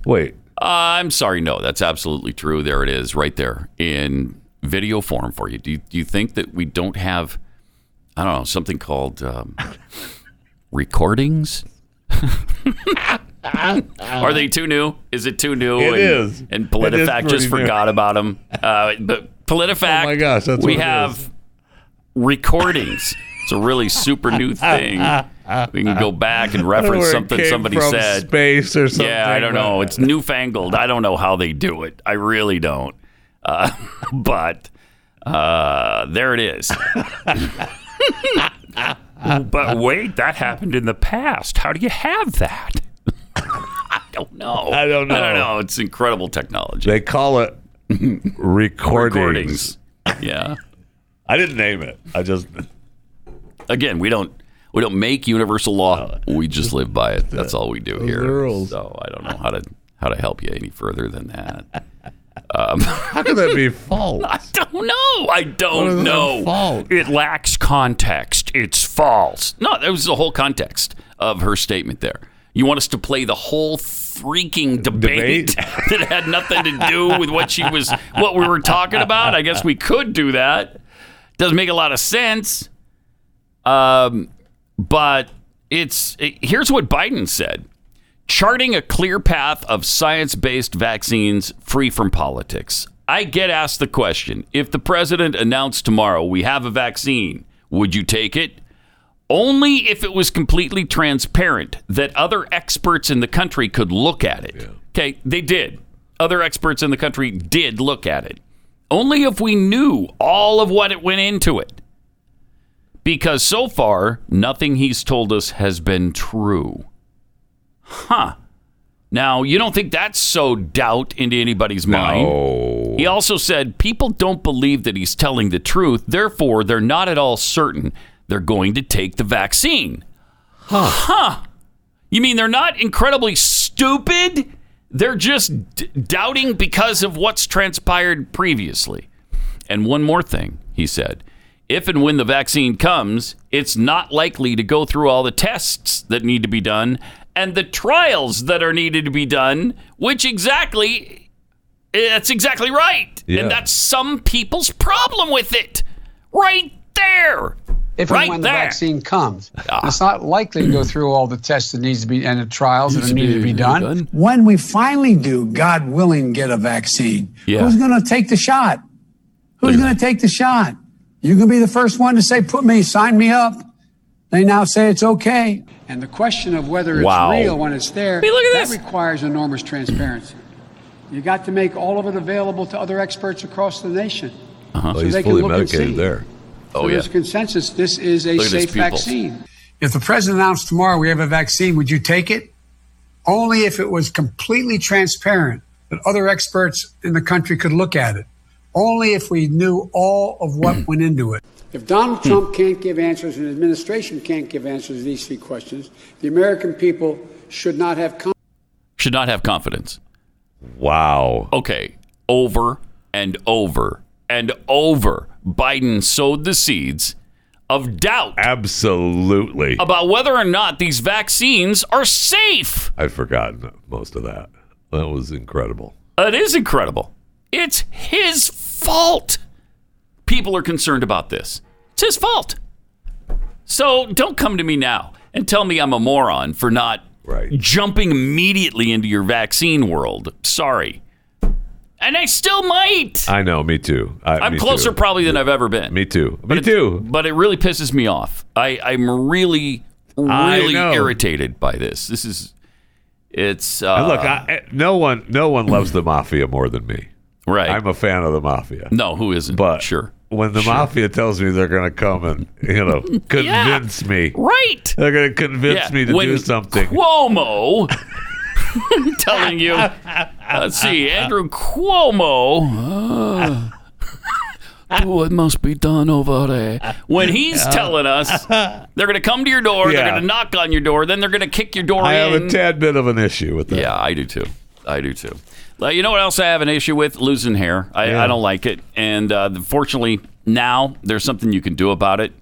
C: Wait.
B: Uh, I'm sorry, no, that's absolutely true. There it is, right there in video form for you. Do you, do you think that we don't have, I don't know, something called um, recordings? Are they too new? Is it too new?
C: It
B: and,
C: is.
B: And
C: It is
B: PolitiFact
C: pretty
B: just
C: new.
B: forgot about them. Uh, but PolitiFact, oh my gosh,
C: that's
B: we
C: what it
B: have recordings. it's a really super new thing. We can go back and reference
C: Where it
B: something
C: came
B: somebody
C: from
B: said.
C: space or something.
B: Yeah, I don't know. It's newfangled. I don't know how they do it. I really don't. Uh, but uh, there it is. but wait, that happened in the past. How do you have that? I don't know. I don't I
C: know.
B: don't know. It's incredible technology.
C: They call it recordings.
B: Yeah.
C: I didn't name it. I just
B: Again, we don't we don't make universal law. We just live by it. That's all we do here. So I don't know how to how to help you any further than that. Um,
C: How could that be false?
B: I don't know. I
C: What is
B: don't
C: that
B: know.
C: false?
B: It lacks context. It's false. No, that was the whole context of her statement there. You want us to play the whole freaking debate,
C: Debate?
B: that had nothing to do with what she was what we were talking about? I guess we could do that. Doesn't make a lot of sense. Um, but it's it- here's what Biden said: charting a clear path of science-based vaccines free from politics. I get asked the question: if the president announced tomorrow we have a vaccine, would you take it? Only if it was completely transparent that other experts in the country could look at it. Okay, they did. Other experts in the country did look at it. Only if we knew all of what it went into it because so far nothing he's told us has been true. Huh. Now, you don't think that's so doubt into anybody's mind? He also said people don't believe that he's telling the truth, therefore they're not at all certain they're going to take the vaccine. Huh. You mean they're not incredibly stupid? They're just d- doubting because of what's transpired previously. And one more thing, he said. If and when the vaccine comes, it's not likely to go through all the tests that need to be done and the trials that are needed to be done, which exactly, that's exactly right.
O: Yeah.
B: And that's some people's problem with it. Right there.
Q: If
B: right
Q: and when
B: there.
Q: the vaccine comes, it's not likely to go through all the tests that needs to be and the trials that
B: Needs to
Q: are needed
B: be
Q: to be done.
B: done.
D: When we finally do, God willing, get a vaccine,
B: Yeah.
D: who's going to take the shot? Who's going to take the shot? You're going to be the first one to say, put me, sign me up. They now say it's okay.
Q: And the question of whether it's
D: Wow.
Q: real when it's there,
D: Hey, look at
Q: that
D: this.
Q: requires enormous transparency. You got to make all of it available to other experts across the nation.
C: Uh-huh.
Q: So
C: he's
Q: they can
C: fully
Q: look and see.
C: medicated there.
Q: So there's consensus this is
C: Oh,
Q: a
C: Look at his
Q: safe
C: pupils.
Q: vaccine. If the president announced tomorrow we have a vaccine, would you take it? Only if it was completely transparent that other experts in the country could look at it. Only if we knew all of
C: Hmm.
Q: what went into it. If Donald Trump can't give answers and his administration can't give answers to these three questions, the American people should not have confidence.
B: should not have confidence. Wow. Okay. Over and over and over. Biden sowed the seeds of doubt
C: Absolutely.
B: about whether or not these vaccines are safe.
C: I'd forgotten most of that. That was incredible.
B: It is incredible. It's his fault. People are concerned about this. It's his fault. So don't come to me now and tell me I'm a moron for not jumping immediately into your vaccine world. Sorry. And I still might.
C: I know. Me too. I,
B: I'm
C: me
B: closer
C: too.
B: probably than I've ever been.
C: Me too.
B: But me too. But it really pisses me off. I, I'm really,
C: I
B: really
C: know.
B: irritated by this. This is, it's. Uh,
C: And look, I, no one, no one loves the mafia more than me.
B: Right.
C: I'm a fan of the mafia.
B: No, who isn't?
C: But
B: sure.
C: When the
B: Sure.
C: mafia tells me they're going to come and you know convince me,
B: right?
C: They're going to convince
B: Yeah,
C: me to
B: when
C: do something.
B: Cuomo telling you. Let's see, Andrew Cuomo. uh, do what Ah. must be done over there. When he's telling us they're going to come to your door, they're
C: Yeah.
B: going to knock on your door, then they're going to kick your door
C: I have
B: in.
C: a tad bit of an issue with that.
B: Yeah, I do too. I do too. Well, you know what else I have an issue with? Losing hair. I, I don't like it. And uh, fortunately, now there's something you can do about it.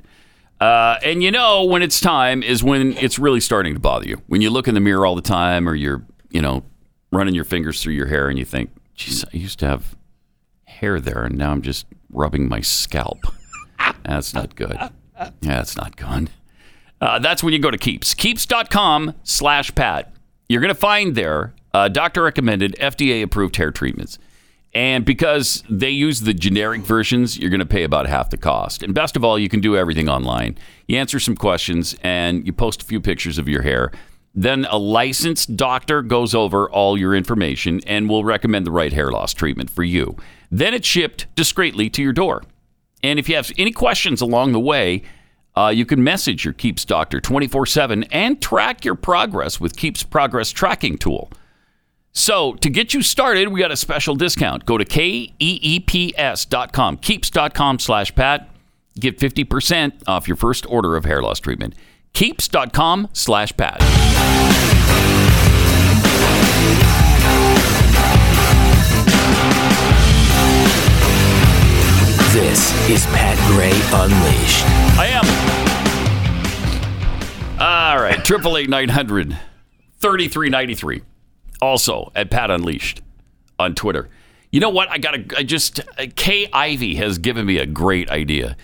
B: Uh, and you know when it's time is when it's really starting to bother you. When you look in the mirror all the time, or you're, you know, running your fingers through your hair, and you think, "Geez, I used to have hair there, and now I'm just rubbing my scalp." That's not good. That's not good. Uh, that's when you go to Keeps. Keeps.com slash Pat. You're going to find there uh, doctor recommended, FDA approved hair treatments. And because they use the generic versions, you're going to pay about half the cost. And best of all, you can do everything online. You answer some questions and you post a few pictures of your hair. Then a licensed doctor goes over all your information and will recommend the right hair loss treatment for you. Then it's shipped discreetly to your door. And if you have any questions along the way, uh, you can message your Keeps doctor 24 7 and track your progress with Keeps Progress Tracking Tool. So to get you started, we got a special discount. Go to E keeps.com, keeps.com slash Pat. Get 50% off your first order of hair loss treatment. Keeps.com slash Pat.
T: This is Pat Gray Unleashed.
B: I am. All right, triple eight nine hundred thirty three ninety three. Also at Pat Unleashed on Twitter. You know what? I got a. I just K Ivy has given me a great idea.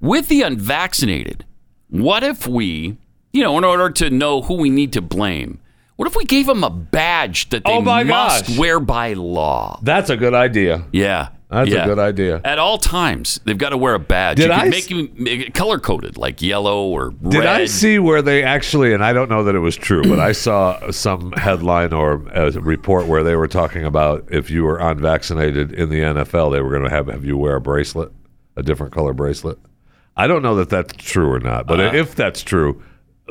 B: With the unvaccinated, what if we, you know, in order to know who we need to blame, what if we gave them a badge that they
C: Oh my
B: must
C: gosh.
B: wear by law?
C: That's a good idea.
B: Yeah.
C: That's
B: yeah.
C: a good idea.
B: At all times, they've got to wear a badge.
C: Did
B: you
C: I
B: can
C: s-
B: make, him- make it color coded, like yellow or red.
C: Did I see where they actually, and I don't know that it was true, but I saw some headline or a report where they were talking about if you were unvaccinated in the NFL, they were going to have, have you wear a bracelet, a different color bracelet. I don't know that that's true or not, but
B: Uh-huh.
C: if that's true,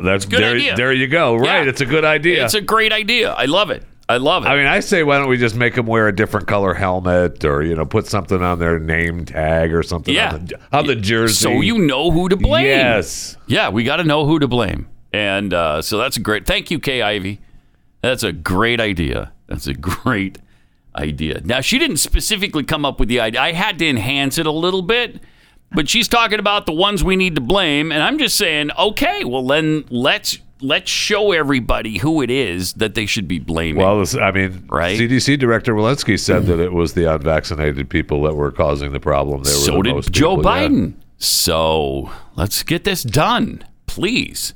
C: that's
B: Good
C: there,
B: idea.
C: there you go. Right.
B: Yeah.
C: It's a good idea.
B: It's a great idea. I love it. I love it.
C: I mean, I say, why don't we just make them wear a different color helmet or, you know, put something on their name tag or something
B: Yeah.
C: on, the, on the jersey?
B: so you know who to blame.
C: Yes.
B: Yeah, we got to know who to blame. And uh, so that's a great. Thank you, Kay Ivy. That's a great idea. That's a great idea. Now, she didn't specifically come up with the idea. I had to enhance it a little bit, but she's talking about the ones we need to blame. And I'm just saying, okay, well, then let's. Let's show everybody who it is that they should be blaming.
C: Well, this, I mean, CDC Director Walensky said that it was the unvaccinated people that were causing the problem. They were
B: so
C: the
B: did
C: most
B: Joe
C: people, yeah.
B: Biden. So let's get this done, please.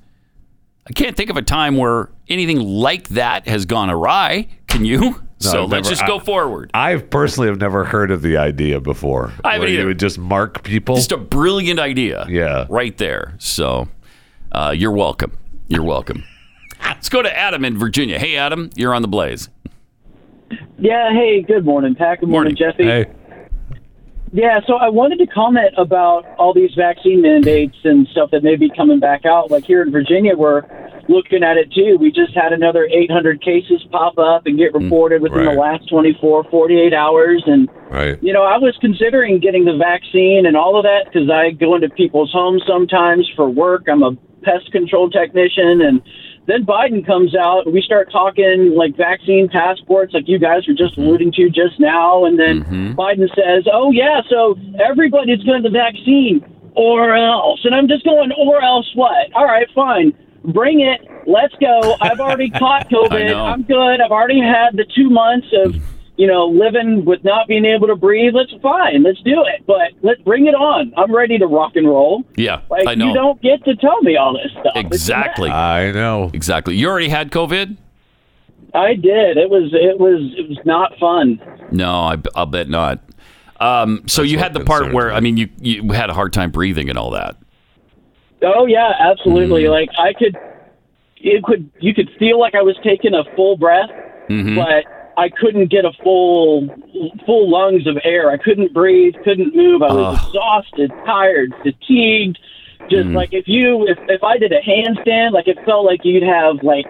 B: I can't think of a time where anything like that has gone awry. Can you?
C: No,
B: so
C: I've
B: let's
C: never-
B: just go
C: I-
B: forward.
C: I personally have never heard of the idea before.
B: I haven't
C: where
B: either.
C: you would just mark people.
B: Just a brilliant idea.
C: Yeah.
B: Right there. So uh, you're welcome. You're welcome. let's go to Adam in Virginia. Hey, Adam, you're on the blaze.
J: Yeah, hey, good morning, Pat. Good morning, Jeffy.
C: Hey.
J: Yeah, so I wanted to comment about all these vaccine mandates and stuff that may be coming back out. Like here in Virginia, we're looking at it too. We just had another 800 cases pop up and get reported within
C: Mm, right.
J: the last 24, 48 hours. And,
C: Right.
J: you know, I was considering getting the vaccine and all of that because I go into people's homes sometimes for work. I'm a pest control technician. And then Biden comes out and we start talking like vaccine passports, like you guys were just alluding to just now. And then Biden says, oh, yeah, so everybody's going to the vaccine or else. And I'm just going, or else what? All right, fine. Bring it. Let's go. I've already caught
B: I
J: COVID.
B: know.
J: I'm good. I've already had the two months of, you know, living with not being able to breathe. Let's fine. Let's do it. But let's bring it on. I'm ready to rock and roll.
B: Yeah,
J: Like
B: I know.
J: you don't get to tell me all this stuff. It's
B: exactly.
C: I know.
B: Exactly. You already had COVID?
J: I did. It was it was it was not fun.
B: No, I, will bet not. Um, so you had the part where, I mean, you, you had a hard time breathing and all that.
J: Oh yeah,
B: Mm.
J: absolutely. Like I could it could you could feel like I was taking a full breath,
B: Mhm.
J: but I couldn't get a full full lungs of air. I couldn't breathe, couldn't move. I was
B: Ugh.
J: exhausted, tired, fatigued. Just
B: Mm.
J: like if you if if I did a handstand, like it felt like you'd have like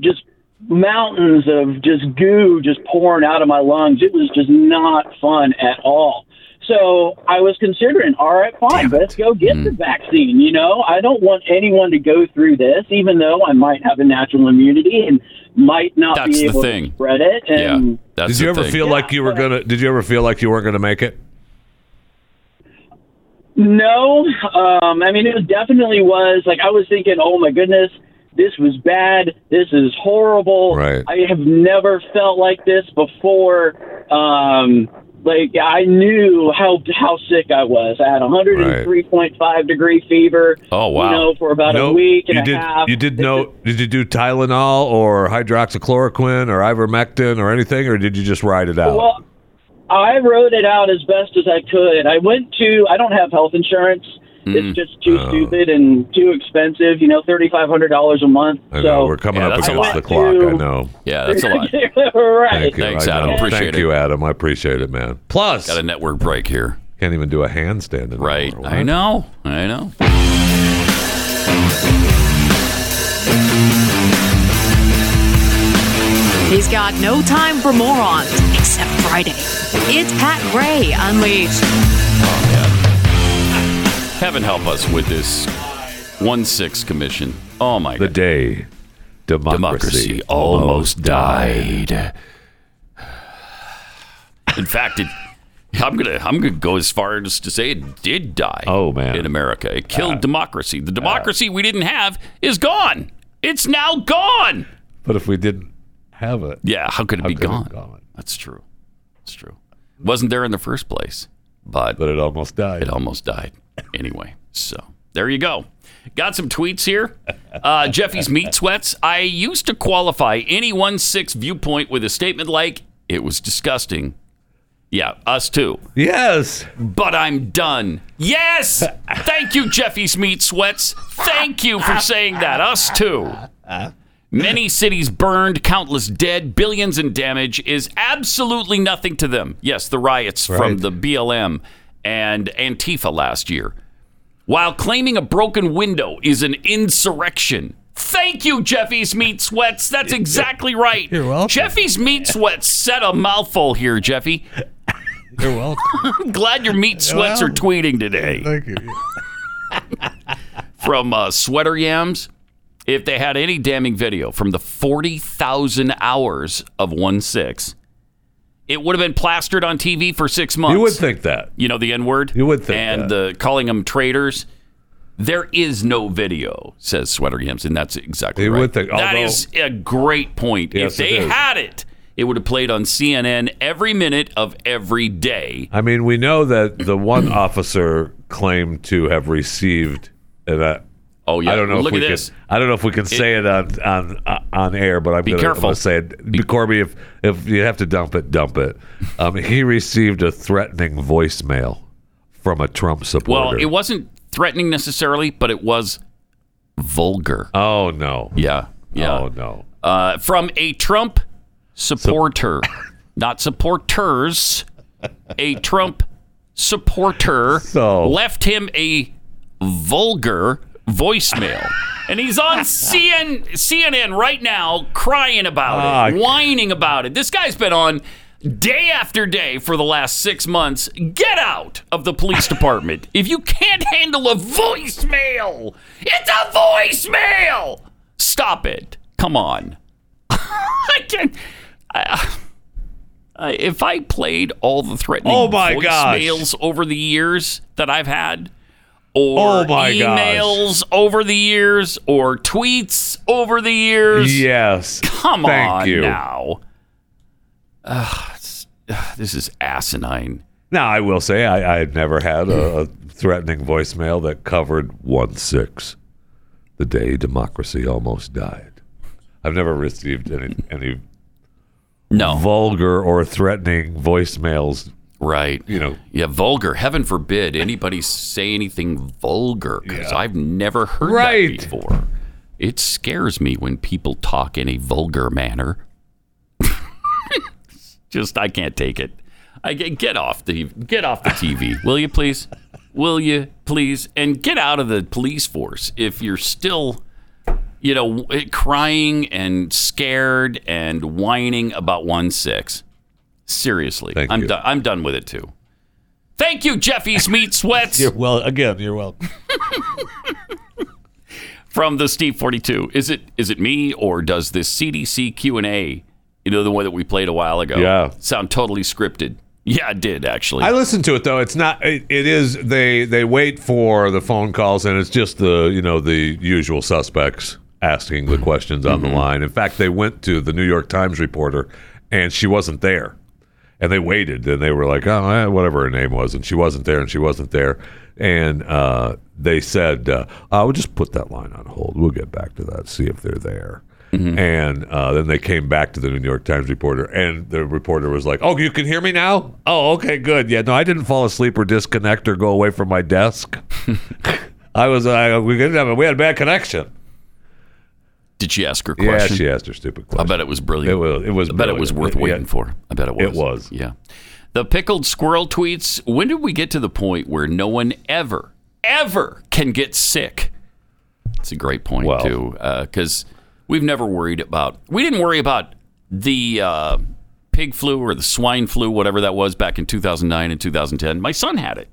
J: just mountains of just goo just pouring out of my lungs. It was just not fun at all. So I was considering, all right, fine, let's go get
C: Mm-hmm.
J: the vaccine. You know, I don't want anyone to go through this, even though I might have a natural immunity and might not
C: That's
J: be
C: the
J: able
C: thing.
J: to spread it.
C: yeah.
J: And
C: did you ever feel like you were gonna? Did you ever feel like you weren't gonna make it?
J: No, um, I mean it was definitely was like I was thinking, oh my goodness, this was bad. This is horrible.
C: Right.
J: I have never felt like this before. Um, like I knew how how sick I was. I had 103.5 degree fever.
C: Oh wow!
J: You know, for about
C: No,
J: a week and
C: you
J: a
C: did,
J: half.
C: You did know? Did you do Tylenol or hydroxychloroquine or ivermectin or anything, or did you just ride it out?
J: Well, I wrote it out as best as I could. I went to. I don't have health insurance.
C: Mm.
J: It's just too stupid and too expensive. You know, thirty five hundred dollars a month.
C: I know,
J: so
C: we're coming up
J: I
C: against
J: went
C: the clock.
J: to-
C: I know.
B: Yeah,
J: right.
C: Thank you. I know. Thank you, Adam. I appreciate it, man. Plus, got a
B: network break here.
C: Can't even do a handstand anymore. Right.
B: I know. I know.
U: He's got no time for morons except Friday. It's Pat Gray Unleashed.
B: Heaven help us with this one six commission. Oh my
C: The day democracy,
B: democracy almost died. In fact, it, I'm gonna I'm gonna go as far as to say it did die. Oh man, in America, it killed
C: Uh,
B: democracy. The democracy we didn't have is gone. It's now gone.
C: But if we didn't have it,
B: Yeah, how could it be
C: could it
B: gone? That's true. That's true. Wasn't there in the first place, but
C: but it almost died.
B: It almost died. Anyway, so there you go. Got some tweets here. Uh, Jeffy's meat sweats. I used to qualify any one six viewpoint with a statement like "It was disgusting." Yeah, us too.
C: Yes,
B: but I'm done. Yes, thank you, Jeffy's meat sweats. Thank you for saying that. Us too. Many cities burned, countless dead, billions in damage is absolutely nothing to them. Yes, the riots from
C: Right.
B: the BLM and Antifa last year. While claiming a broken window is an insurrection. Thank you, Jeffy's Meat Sweats. That's exactly right. You're welcome. Jeffy's Meat Sweats said a mouthful here, Jeffy.
C: You're welcome.
B: I'm glad your meat sweats are
C: Well,
B: tweeting today.
C: Thank you.
B: from uh, Sweater Yams if they had any damning video from the 40,000 hours of 1 6. It would have been plastered on TV for six months. You would
C: think that.
B: You know, the N word? You would think And the calling them traitors. There is no video, says Sweater Yams, and that's exactly
C: You
B: right.
C: would think,
B: that
C: although-
B: is a great point.
C: Yes,
B: if
C: it
B: they
C: is.
B: had it, it would have played on CNN every minute of every day.
C: I mean, we know that the one officer claimed to have received that.
B: Oh yeah.
C: I don't know.
B: Well, look
C: if we
B: at
C: can,
B: this.
C: I don't know if we can say it, on on uh, on air, but I'm
B: Be
C: gonna,
B: careful.
C: I'm gonna say it. Corby, if if you have to dump it, dump it. Um, he received a threatening voicemail from a Trump supporter.
B: Well, it wasn't threatening necessarily, but it was vulgar.
C: Oh no.
B: Yeah. Yeah.
C: Oh no.
B: Uh, from a Trump supporter, not supporters, a Trump supporter left him a vulgar voicemail. And he's on CN, CNN right now, crying about it,
C: Ah,
B: whining about it. This guy's been on day after day for the last six months. Get out of the police department if you can't handle a voicemail. It's a voicemail. Stop it. Come on. I can't. I, uh, I, if I played all the threatening
C: Oh, my gosh.
B: voicemails over the years that I've had, or
C: Oh, my gosh.
B: emails over the years, or tweets over the years,
C: Yes.
B: Come
C: Thank
B: on
C: you.
B: now. Ugh, it's- ugh, this is asinine.
C: Now, I will say I, I had never had a, a threatening voicemail that covered one six, the day democracy almost died. I've never received any any
B: no
C: vulgar or threatening voicemails.
B: Right.
C: You know.
B: Yeah, vulgar. Heaven forbid anybody say anything vulgar because I've never heard that before. It scares me when people talk in a vulgar manner. Just I can't take it. I get, get off the get off the TV, will you please? Will you please? And get out of the police force if you're still, you know, crying and scared and whining about one six. Seriously, I'm done. I'm done with it too. Thank you, Jeffy's Meat Sweats.
C: well, again, you're welcome.
B: from the Steve 42. Is it is it me or does this CDC Q&A, you know the one that we played a while ago,
C: Yeah.
B: sound totally scripted? Yeah, it did actually.
C: I listened to it though. It's not. It, it is. They they wait for the phone calls, and it's just the you know the usual suspects asking the questions on the line. In fact, they went to the New York Times reporter, and she wasn't there. And they waited, and they were like, oh, eh, whatever her name was, and she wasn't there, and she wasn't there, and uh, they said, uh, I will just put that line on hold. We'll get back to that. See if they're there. And uh, then they came back to the New York Times reporter, and the reporter was like, "Oh, you can hear me now? Oh, okay, good. Yeah, no, I didn't fall asleep or disconnect or go away from my desk. I was. Uh, we didn't have. A, we had a bad connection.
B: Did she ask her
C: Yeah,
B: question?
C: she asked her stupid
B: I bet it was brilliant. It was.
C: it was
B: I bet it was worth
C: brilliant. It-
B: waiting
C: yeah.
B: for. I bet it was.
C: It was.
B: Yeah. The pickled squirrel tweets. When did we get to the point where no one ever, ever can get sick? It's a great point too, because we've never worried about. We didn't worry about the uh, pig flu or the swine flu, whatever that was, back in 2009 and 2010. My son had it.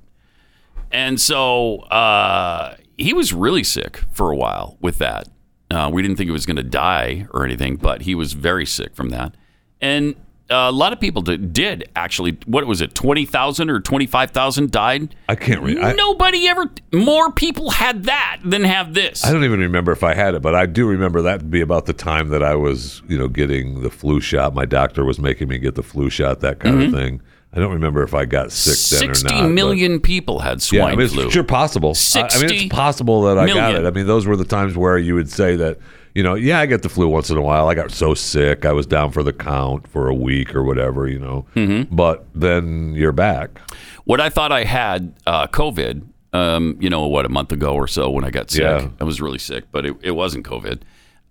B: And so uh, he was really sick for a while with that. Uh, we didn't think he was going to die or anything, but he was very sick from that. And uh, a lot of people did, did actually, what was it, 20,000 or 25,000 died?
C: I can't re- I-
B: Nobody ever, more people had that than have this.
C: I don't even remember if I had it, but I do remember that would be about the time that I was, you know, getting the flu shot. My doctor was making me get the flu shot, that kind
B: Mhm.
C: of thing. I don't remember if I got sick then or not.
B: 60
C: but-
B: million people had swine
C: yeah, I mean, it's
B: flu.
C: Sure, possible. I- I, mean,
B: 60
C: it's possible that I got
B: million.
C: it. I mean, those were the times where you would say that, you know, yeah, I get the flu once in a while. I got so sick, I was down for the count for a week or whatever, you know.
B: Mm-hmm.
C: But then you're back.
B: What I thought I had uh, COVID, um, you know, what a month ago or so when I got sick.
C: Yeah.
B: I was really sick, but it, it wasn't COVID.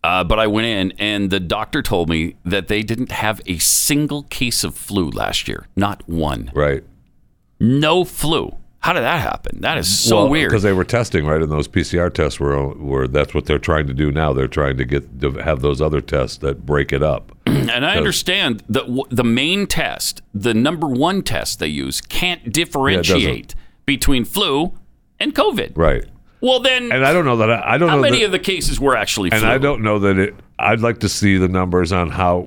B: Uh, but I went in, and the doctor told me that they didn't have a single case of flu last year, not one.
C: Right.
B: No flu. How did that happen? That is so weird.
C: because they were testing right, and those PCR tests were were that's what they're trying to do now. They're trying to get to have those other tests that break it up.
B: and I understand that w- the main test, the number one test they use, can't differentiate between flu and COVID.
C: Right.
B: Well, then,
C: And I don't know that I, I don't
B: how
C: know
B: many
C: that,
B: of the cases were actually flu?
C: and I don't know that it. I'd like to see the numbers on how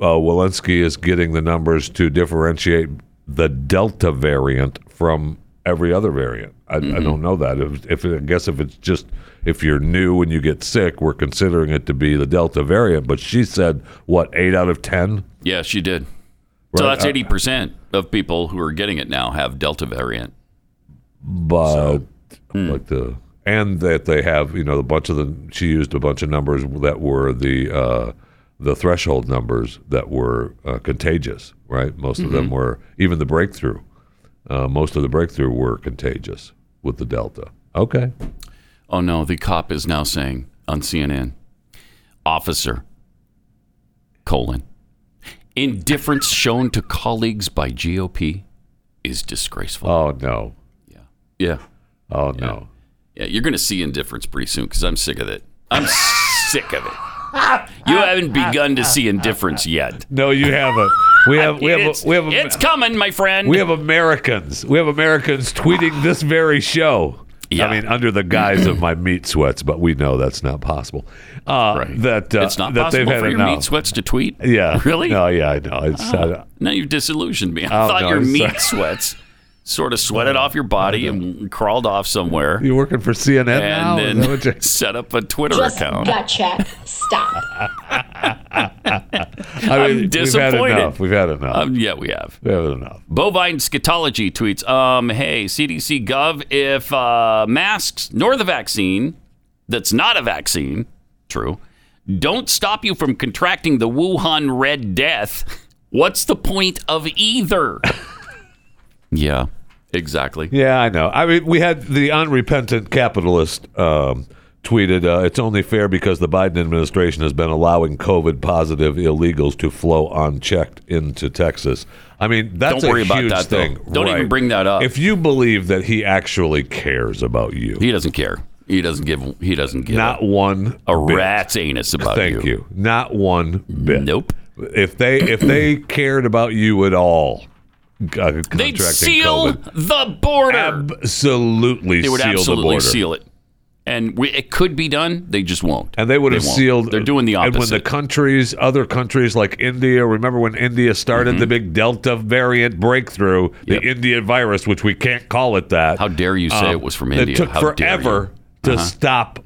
C: uh, Walensky is getting the numbers to differentiate the Delta variant from every other variant. I, I don't know that. If, if I guess if it's just if you're new and you get sick, we're considering it to be the Delta variant. But she said what eight out of ten.
B: Yeah, she did. So
C: Right,
B: that's
C: uh,
B: eighty percent of people who are getting it now have Delta variant.
C: but like the and that they have you know a bunch of the she used a bunch of numbers that were the uh, the threshold numbers that were uh, contagious right most of them
B: Mhm.
C: were even the breakthrough uh, most of the breakthrough were contagious with the delta okay
B: Oh no, the cop is now saying on CNN, officer colon indifference shown to colleagues by GOP is disgraceful.
C: Oh no.
B: Yeah.
C: Oh
B: no. Yeah, you're going to see indifference pretty soon because I'm sick of it. I'm sick of it. You haven't begun to see indifference yet.
C: no you haven't we have we have
B: It's,
C: a, we have a,
B: it's coming, my friend.
C: we have Americans we have Americans tweeting this very show I mean under the guise of my meat sweats but we know that's not possible uh, that uh,
B: it's not
C: that
B: possible
C: they've had
B: for your
C: enough.
B: meat sweats to tweet.
C: Yeah.
B: Really? Oh.
C: No, yeah, I know. It's, uh, I,
B: Now you've disillusioned me. I
C: Oh,
B: thought
C: no,
B: your
C: I'm
B: meat sweats sort of sweated off your body and crawled off somewhere.
C: you're working for CNN now?
B: and
C: Is that what you-
B: then set up a Twitter
G: Just
B: account.
G: gut check. Stop.
C: I
B: I'm
C: mean, We've
B: disappointed.
C: had enough. We've had enough.
B: Um, yeah, we have.
C: we have enough.
B: Bovine Scatology tweets, um, hey, CDC Gov, if uh, masks nor the vaccine, that's not a vaccine, true, don't stop you from contracting the Wuhan Red Death, what's the point of either? yeah, exactly.
C: Yeah, I know. I mean, we had the unrepentant capitalist um, tweeted, uh, it's only fair because the Biden administration has been allowing COVID positive illegals to flow unchecked into Texas. I mean, that's
B: Don't
C: a
B: worry about
C: huge
B: that, though.
C: thing.
B: Don't even bring that up.
C: If you believe that he actually cares about you,
B: He doesn't care. He doesn't give, he doesn't give
C: not
B: a,
C: one
B: a
C: bit.
B: rat's anus about
C: Thank
B: you.
C: you. Not one bit.
B: Nope.
C: If they if they cared about you at all, uh,
B: They'd
C: contracting
B: seal
C: COVID,
B: the border.
C: absolutely
B: they would
C: seal the
B: absolutely
C: border.
B: seal it. and we, it could be done. They just won't.
C: And they would have
B: won't.
C: sealed.
B: They're doing the
C: And when the
B: opposite.
C: countries, other countries like India, remember when India started
B: Mm-hmm.
C: the big Delta variant breakthrough, the India virus, which we can't call it that. How
B: dare you say it was from India.
C: It took
B: How dare
C: forever
B: you.
C: to
B: Uh-huh.
C: stop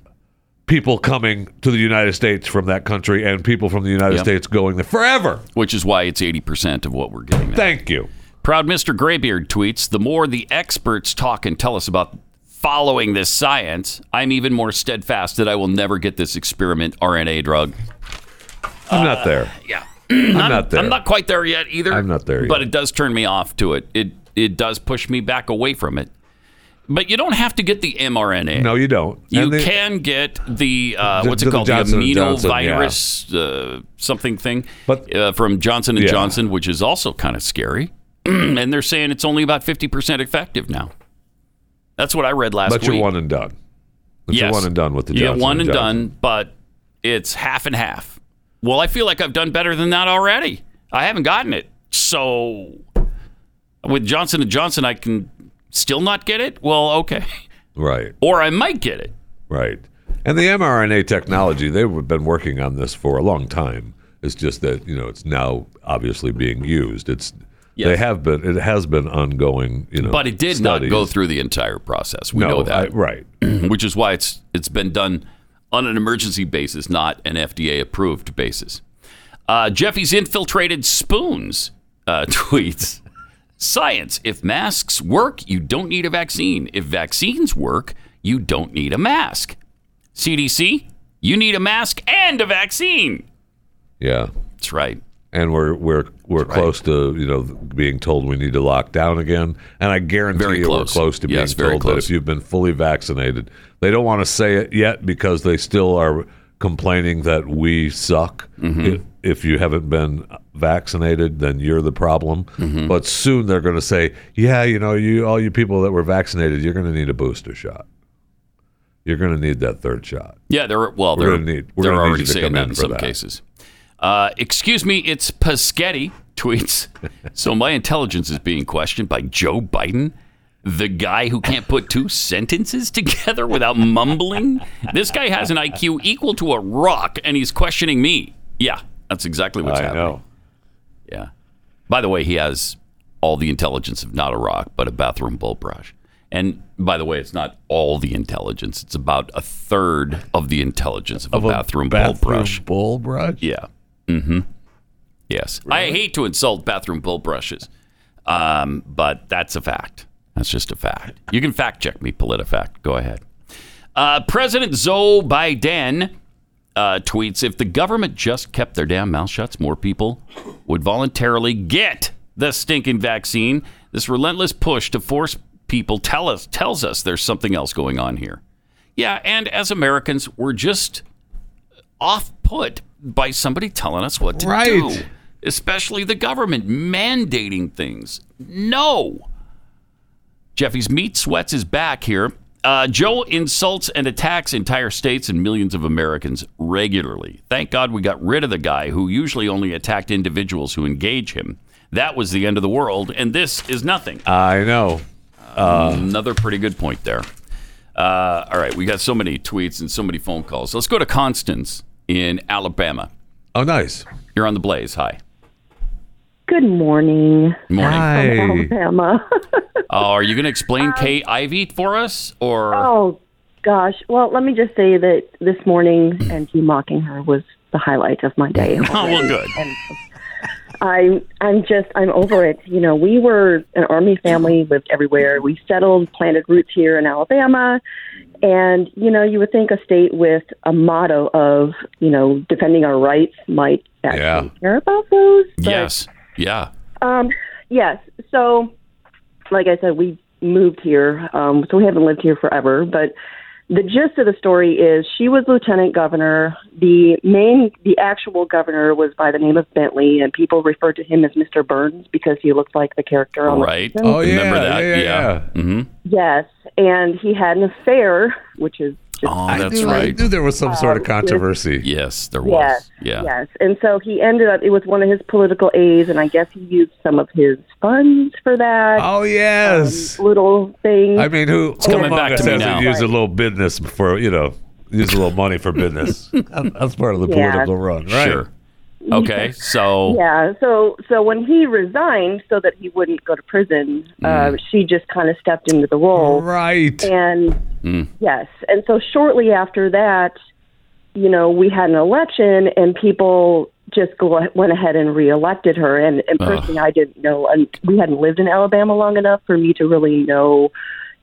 C: people coming to the United States from that country and people from the United
B: Yep.
C: States going there forever.
B: Which is why it's 80% of what we're getting. Now.
C: Thank you.
B: Proud Mr. Graybeard tweets The more the experts talk and tell us about following this science, I'm even more steadfast that I will never get this experiment RNA drug.
C: I'm
B: Uh,
C: not there.
B: Yeah.
C: I'm not there.
B: I'm not quite there yet either.
C: I'm not there yet.
B: But it does turn me off to it. It it does push me back away from it. But you don't have to get the mRNA.
C: No, you don't.
B: You
C: And they-
B: can get the uh,
C: The-
B: what's it
C: the
B: called
C: Johnson
B: the
C: and Johnson, yeah.
B: virus uh, something thing uh, from Johnson and
C: Yeah.
B: Johnson, which is also kind of scary. and they're saying it's only about fifty percent effective now. That's what I read last
C: But
B: week.
C: you're one and done. But you're
B: Yes.
C: one and done with the
B: You get
C: Johnson
B: one and
C: Johnson.
B: done, but it's half and half. Well, I feel like I've done better than that already. I haven't gotten it, so with Johnson and Johnson, I can still not get it. Well, okay,
C: Right.
B: or I might get it.
C: Right. And the mRNA technology, they've been working on this for a long time. It's just that, you know, it's now obviously being used. It's they
B: Yes.
C: have been it has been ongoing, you know.
B: but it did
C: studies.
B: not go through the entire process. We
C: No,
B: know
C: I-
B: that,
C: right?
B: Which is why it's it's been done on an emergency basis, not an FDA approved basis. Uh, Jeffy's infiltrated spoons uh, tweets. Science. If masks work, you don't need a vaccine. If vaccines work, you don't need a mask. CDC, you need a mask and a vaccine.
C: Yeah.
B: That's right.
C: And we're we're we're close to, you know, being told we need to lock down again. And I guarantee
B: Very
C: you
B: close.
C: we're close to being
B: Yes, very
C: told that
B: close.
C: if you've been fully vaccinated, they don't want to say it yet because they still are complaining that we suck.
B: Mm-hmm.
C: If, if you haven't been vaccinated, then you're the problem.
B: Mm-hmm.
C: But soon they're going to say, "Yeah, you know, you all you people that were vaccinated, you're going to need a booster shot. You're going to need that third shot."
B: Yeah, they're well,
C: We're
B: they're
C: gonna need- we're
B: they're
C: gonna need
B: already
C: you to
B: saying
C: come
B: that
C: in
B: in
C: for
B: some
C: that.
B: cases. Uh, excuse me, it's Paschetti tweets. so my intelligence is being questioned by Joe Biden, the guy who can't put two sentences together without mumbling. This guy has an IQ equal to a rock, and he's questioning me. Yeah, that's exactly what's
C: I
B: happening.
C: know.
B: Yeah. By the way, he has all the intelligence of not a rock, but a bathroom bull brush. And by the way, it's not all the intelligence. It's about a third of the intelligence of,
C: Of
B: a,
C: a
B: bathroom,
C: bathroom
B: bull brush.
C: bull brush?
B: Yeah. Mm-hmm. Yes. I hate to insult bathroom bull brushes, um, but that's a fact. That's just a fact. You can fact check me, PolitiFact. Go ahead. Uh, President Zoe Biden uh, tweets If the government just kept their damn mouth shut, more people would voluntarily get the stinking vaccine. This relentless push to force people tell us, tells us there's something else going on here. Yeah, and as Americans, we're just off put by somebody telling us what to do, especially the government mandating things. No. Jeffy's meat sweats his back here. Uh, Joe insults and attacks entire states and millions of Americans regularly. Thank God we got rid of the guy who usually only attacked individuals who engage him. That was the end of the world, and this is nothing. Uh,
C: I know.
B: Another pretty good point there. Uh, all right, we got so many tweets and so many phone calls. Let's go to Constance in Alabama.
C: Oh, nice.
B: You're on the blaze. Hi.
V: Good morning.
B: Morning. Hi.
V: From Alabama.
B: Uh, are you going to explain K Ivy for us, or
V: oh, gosh. Well, let me just say that this morning and you mocking her was the highlight of my day.
B: oh, well, good.
V: I'm I'm just I'm over it. You know, we were an army family, lived everywhere. We settled, planted roots here in Alabama. And, you know, you would think a state with a motto of, you know, defending our rights might actually
B: Yeah.
V: care about those.
B: Yes. Yeah.
V: Um, yes. So, like I said, we moved here, um, so we haven't lived here forever. But the gist of the story is she was lieutenant governor. The main, the actual governor was by the name of Bentley, and people referred to him as Mr. Burns because he looked like the character on
B: Right.
C: Oh.
V: The Simpsons.
B: Mm-hmm. Remember that? Yeah. hmm
V: Yes, and he had an affair, which is
B: Oh, that's
C: knew, I
B: right.
C: knew there was some sort of controversy.
B: Yes, there
V: Yes.
B: was. Yeah.
V: Yes. And so he ended up, it was one of his political aides, and I guess he used some of his funds for that.
C: Oh, yes.
V: um, little thing.
C: I mean, who, who
B: coming
C: among
B: back
C: us
B: to me
C: hasn't
B: now.
C: used a little business for, you know, use a little money for business? That- That's part of the
V: Yeah.
C: political run, right?
B: Sure. Okay, so
V: Yeah. So so when he resigned, so that he wouldn't go to prison, uh, she just kind of stepped into the role.
C: Mm. Right.
V: And
B: Mm.
V: yes, and so shortly after that, you know, we had an election, and people just go, went ahead and reelected her. And, and
W: Ugh.
V: personally, I didn't know, and we hadn't lived in Alabama long enough for me to really know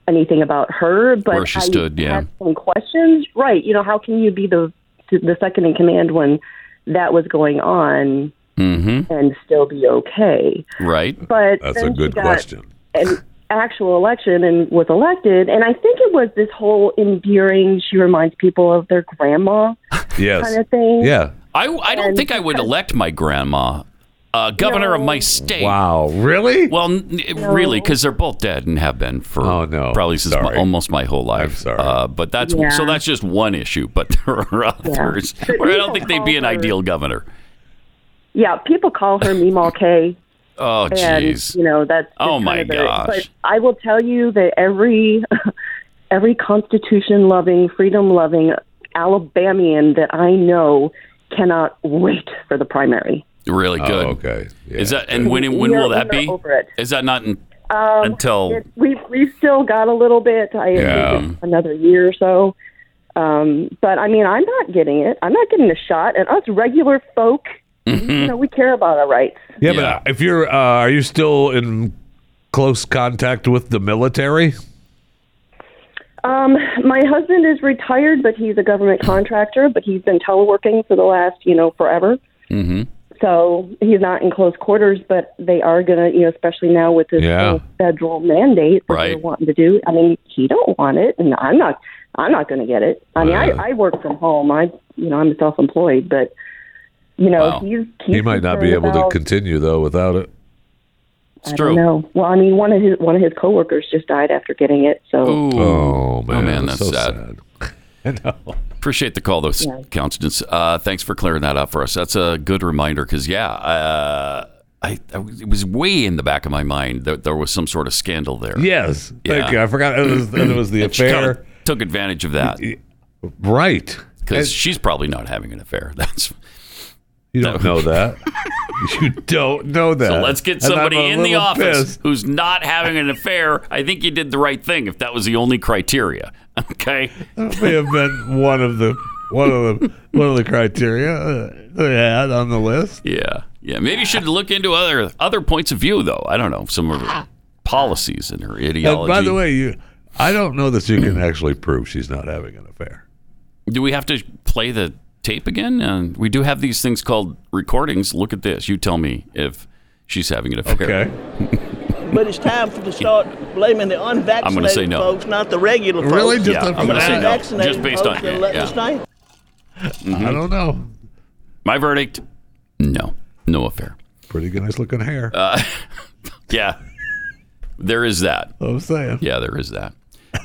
V: anything about her. But
B: Where she
V: I
B: stood, yeah.
V: had some questions, right? You know, how can you be the the second in command when that was going on?
B: Mm-hmm.
V: and still be okay.
B: Right.
V: But
C: That's
V: then
C: a
V: she
C: good
V: got
C: question.
V: An actual election and was elected, and I think it was this whole endearing. She reminds people of their grandma
B: Yes.
V: kind of thing.
C: Yeah.
B: I, I don't think I would elect my grandma uh, governor of my state.
C: Wow, really? Oh,
B: Well, n- really, because they're both dead and have been for probably since my, almost my whole life. sorry. Uh, but that's so
V: Yeah.
B: that's just one issue, but there are others
V: But
B: where I don't think
V: people
B: they'd be an ideal governor.
V: Yeah, people call her Meemaw K.
B: Oh,
V: and
B: jeez.
V: you know that's just
B: Oh,
V: kind
B: my
V: of the-
B: gosh.
V: But I will tell you that every every Constitution loving, freedom loving Alabamian that I know cannot wait for the primary.
B: Really good.
C: Oh, okay.
B: Is that and when when
V: We are-
B: will that
V: we are
B: be?
V: over it.
B: Is that not in,
V: Um,
B: until
V: it- we've we've still got a little bit. I
B: Yeah.
V: think it's another year or so. Um, but I mean, I'm not getting it. I'm not getting a shot. And us regular folk,
B: Mm-hmm.
V: you know, we care about our rights.
C: Yeah, but if you're, uh, are you still in close contact with the military?
V: Um, my husband is retired, but he's a government contractor. But he's been teleworking for the last, you know, forever.
B: Mm-hmm.
V: So he's not in close quarters. But they are gonna, you know, especially now with this
B: Yeah.
V: whole federal mandate that
B: Right.
V: they're wanting to do. I mean, he don't want it, and I'm not. I'm not going to get it. I mean,
C: Yeah.
V: I, I work from home. I, you know, I'm self-employed, but you know, he's, he's
C: He might not be
V: concerned
C: able to
V: about-
C: continue though without it.
V: I don't know. Well, I mean, one of his one of his coworkers just died after getting it. So
C: Oh man,
B: Oh, man, that's
C: so
B: sad. Appreciate the call, though, Constance. Uh, thanks for clearing that up for us. That's a good reminder because, yeah, uh, I, I was- it was way in the back of my mind that there was some sort of scandal there.
C: Yes, thank
B: Yeah.
C: you. I forgot it was, it was the
B: And she kinda
C: affair.
B: took advantage of that,
C: right?
B: Because she's probably not having an affair. That's
C: You don't know that. you don't know that.
B: so. Let's get
C: And I'm
B: somebody
C: a
B: in the
C: little
B: office
C: pissed.
B: who's not having an affair. I think you did the right thing if that was the only criteria. Okay.
C: That may have been one of the one of the one of the criteria uh, they had on the list.
B: Yeah. Yeah, maybe you should look into other other points of view, though. I don't know some of her policies and her ideology.
C: And by the way, you, I don't know that you can actually prove she's not having an affair.
B: do we have to play the tape again? And we do have these things called recordings. Look at this. You tell me if she's having an affair. Okay.
L: But it's time for to start blaming the unvaccinated
B: I'm gonna say no.
L: folks, not the regular folks.
B: Really? Just Yeah, the- I'm gonna say no. Just based on-
L: that let
B: yeah.
L: us stay.
C: I don't know.
B: Mm-hmm. My verdict: no, no affair.
C: Pretty good, nice looking hair.
B: Uh, yeah, there is that.
C: I'm saying.
B: Yeah, there is that.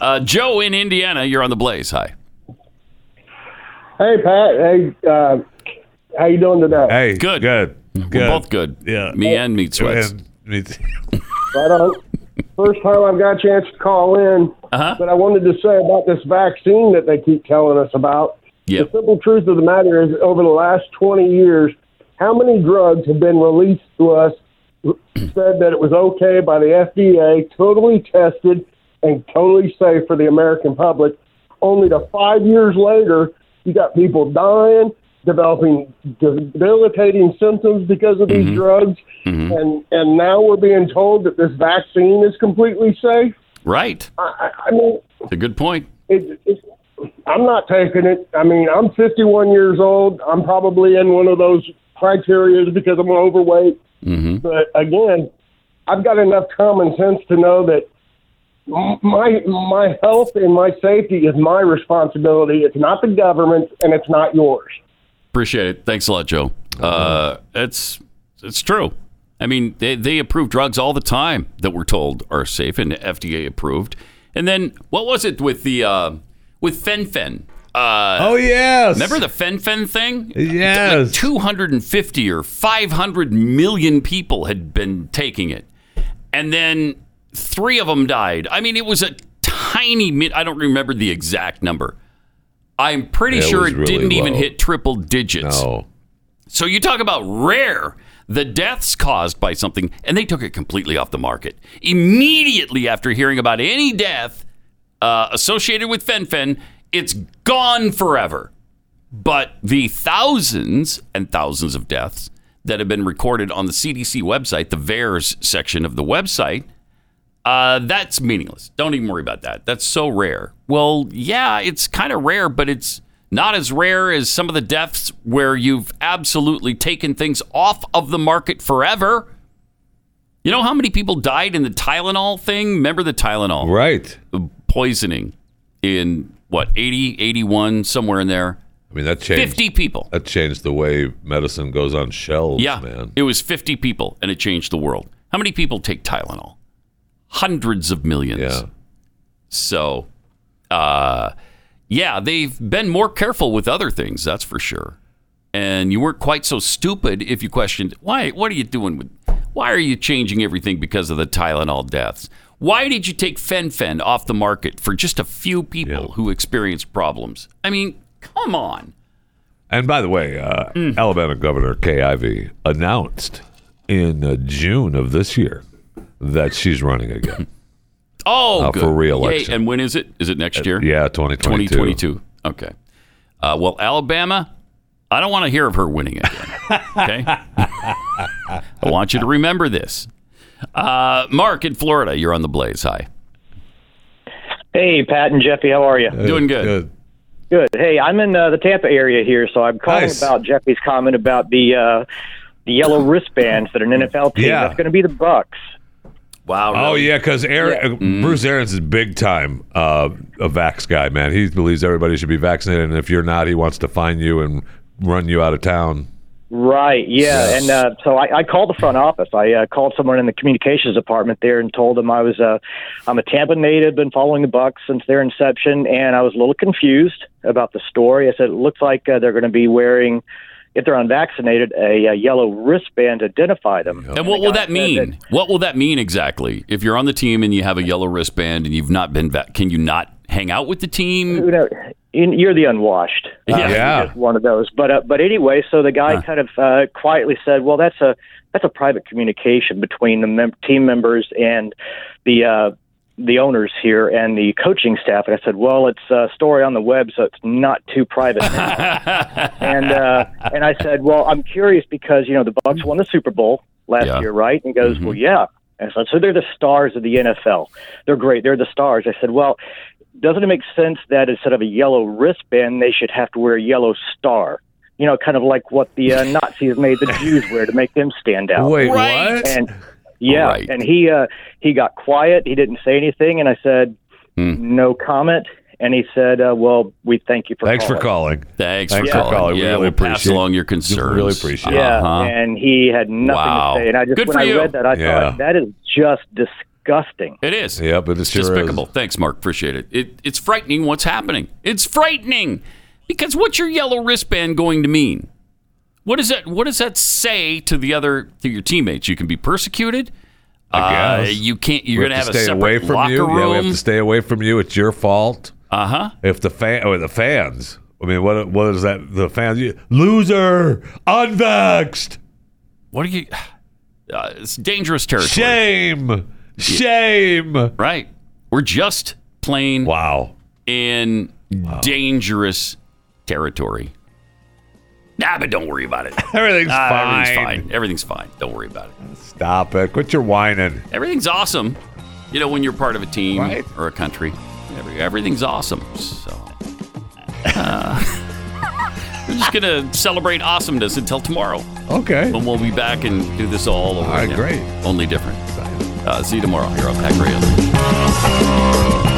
B: Uh, Joe in Indiana, you're on the Blaze. Hi.
X: Hey Pat, hey, uh, how you doing today?
C: Hey, good, good,
B: We're both good.
C: Yeah,
B: me and meat sweats.
C: And it's-
X: Right on. First time I've got a chance to call in,
B: uh
X: but I wanted to say about this vaccine that they keep telling us about.
B: Yep.
X: The simple truth of the matter is, over the last 20 years, how many drugs have been released to us, said that it was okay by the FDA, totally tested and totally safe for the American public, only to five years later, you got people dying, developing debilitating symptoms because of these drugs, and and now we're being told that this vaccine is completely safe.
B: Right.
X: I, I- I mean,
B: It's a good point.
X: it, it, I'm not taking it. I mean, I'm 51 years old. I'm probably in one of those criterias because I'm overweight.
B: Mm-hmm.
X: But again, I've got enough common sense to know that m- my my health and my safety is my responsibility. It's not the government's, and it's not yours.
B: Appreciate it. Thanks a lot, Joe. Uh, it's it's true. I mean, they, they approve drugs all the time that we're told are safe and FDA approved. And then what was it with the uh, with Fenfen. Uh,
C: Oh, yes.
B: Remember the Fenfen thing?
C: Yes.
B: Like 250 or 500 million people had been taking it. And then three of them died. I mean, it was a tiny, mi- I don't remember the exact number. I'm pretty
C: It
B: sure
C: was
B: it
C: really
B: didn't even
C: low.
B: hit triple digits.
C: No.
B: So you talk about rare, the deaths caused by something, and they took it completely off the market. Immediately after hearing about any death uh, associated with Fenfen, it's gone forever. But the thousands and thousands of deaths that have been recorded on the CDC website, the VAERS section of the website, uh, that's meaningless. Don't even worry about that. That's so rare. Well, yeah, it's kind of rare, but it's not as rare as some of the deaths where you've absolutely taken things off of the market forever. You know how many people died in the Tylenol thing? Remember the Tylenol?
C: Right.
B: Poisoning in what, 80, 81, somewhere in there?
C: I mean, that changed.
B: 50 people.
C: That changed the way medicine goes on shelves,
B: Yeah.
C: man.
B: It was 50 people and it changed the world. How many people take Tylenol? Hundreds of millions. Yeah. So, uh, yeah, they've been more careful with other things, that's for sure. And you weren't quite so stupid if you questioned why. What are you doing with? Why are you changing everything because of the Tylenol deaths? Why did you take Fenfen off the market for just a few people who experienced problems? I mean, come on.
C: And by the way, uh,
B: Mm.
C: Alabama Governor Kay Ivey announced in uh, June of this year that she's running again.
B: Oh,
C: Uh,
B: good.
C: for re-election.
B: Yay. And when is it? Is it next year?
C: yeah, 2022.
B: 2022. Okay. Uh, well, Alabama, I don't want to hear of her winning again. Okay. I want you to remember this. Uh, Mark in Florida, you're on the blaze. Hi.
W: Hey, Pat and Jeffy, how are you?
B: Doing good.
W: Good. Hey, I'm in uh, the Tampa area here, so I'm calling
C: Nice.
W: about Jeffy's comment about the uh, the yellow wristbands that an NFL team.
C: Yeah.
W: That's going to be the Bucks.
B: Wow. Mm.
C: Oh yeah, because Aaron, uh, Bruce Aaron's is big time uh, a vax guy, man. He believes everybody should be vaccinated, and if you're not, he wants to find you and run you out of town.
W: Right. Yeah.
C: Yes.
W: And uh, so I, I called the front office. I uh, called someone in the communications department there and told them I was uh, I'm a Tampa native, been following the Bucks since their inception, and I was a little confused about the story. I said it looks like uh, they're going to be wearing. If they're unvaccinated, a, uh yellow wristband to identify them.
B: And what will that mean? What will that mean exactly? If you're on the team and you have a yellow wristband and you've not been back, can you not hang out with the team?
W: Who knows? In- You're the unwashed. Uh,
B: Yeah.
W: you're just one of those. But uh, but anyway, so the guy kind of uh, quietly said, "Well, that's a that's a private communication between the mem- team members and the uh, the owners here and the coaching staff." And I said, "Well, it's a story on the web, so it's not too private." and uh, and I said, "Well, I'm curious because you know the Bucks won the Super Bowl last year, right?" And he
C: Mm-hmm.
W: goes, "Well, yeah." And so, so they're the stars of the NFL. They're great. They're the stars. I said, "Well." doesn't it make sense that instead of a yellow wristband, they should have to wear a yellow star? You know, kind of like what the uh, Nazis made the Jews wear to make them stand out.
C: Wait, Right. what?
W: And yeah,
C: Right.
W: and he uh, he got quiet. He didn't say anything, and I said
C: Hmm.
W: no comment. And he said, uh, "Well, we thank you for
C: Thanks for
W: calling.
C: calling.
B: Thanks,
W: Thanks
B: for
W: for
B: calling.
W: calling.
C: We
B: Yeah,
C: really
B: we'll pass
C: appreciate-
B: along your concerns.
C: really appreciate it.
W: Yeah,
B: Uh-huh.
W: and he had nothing
B: Wow.
W: to say. And I just
B: Good
W: when
B: for
W: I
B: you.
W: read that, I
B: Yeah.
W: thought that is just disgusting.
B: It is.
C: Yeah, but it's
B: despicable. Thanks, Mark. Appreciate it. it. It's frightening what's happening. It's frightening because what's your yellow wristband going to mean? What does that? What does that say to the other to your teammates? You can be persecuted.
C: I
B: Uh,
C: guess.
B: you can't. You're
C: We
B: going to have
C: to
B: a
C: stay
B: separate
C: away from
B: locker
C: you.
B: room.
C: Yeah, we have to stay away from you. It's your fault.
B: Uh huh.
C: If the fan or the fans, I mean, what what is that? The fans, you, loser, unvexed.
B: What are you? Uh, it's dangerous territory.
C: Shame, shame.
B: Right. We're just plain
C: wow
B: in dangerous territory. Nah, but don't worry about it.
C: Everything's
B: Ah,
C: fine.
B: Everything's fine. Everything's fine. Don't worry about it.
C: Stop it. Quit your whining.
B: Everything's awesome. You know, when you're part of a team
C: Right.
B: or a country, every- everything's awesome. So, uh, we're just going to celebrate awesomeness until tomorrow.
C: Okay.
B: When we'll be back and do this all over
C: All right,
B: again.
C: great.
B: Only different. Uh, see you tomorrow here on Pack Radio.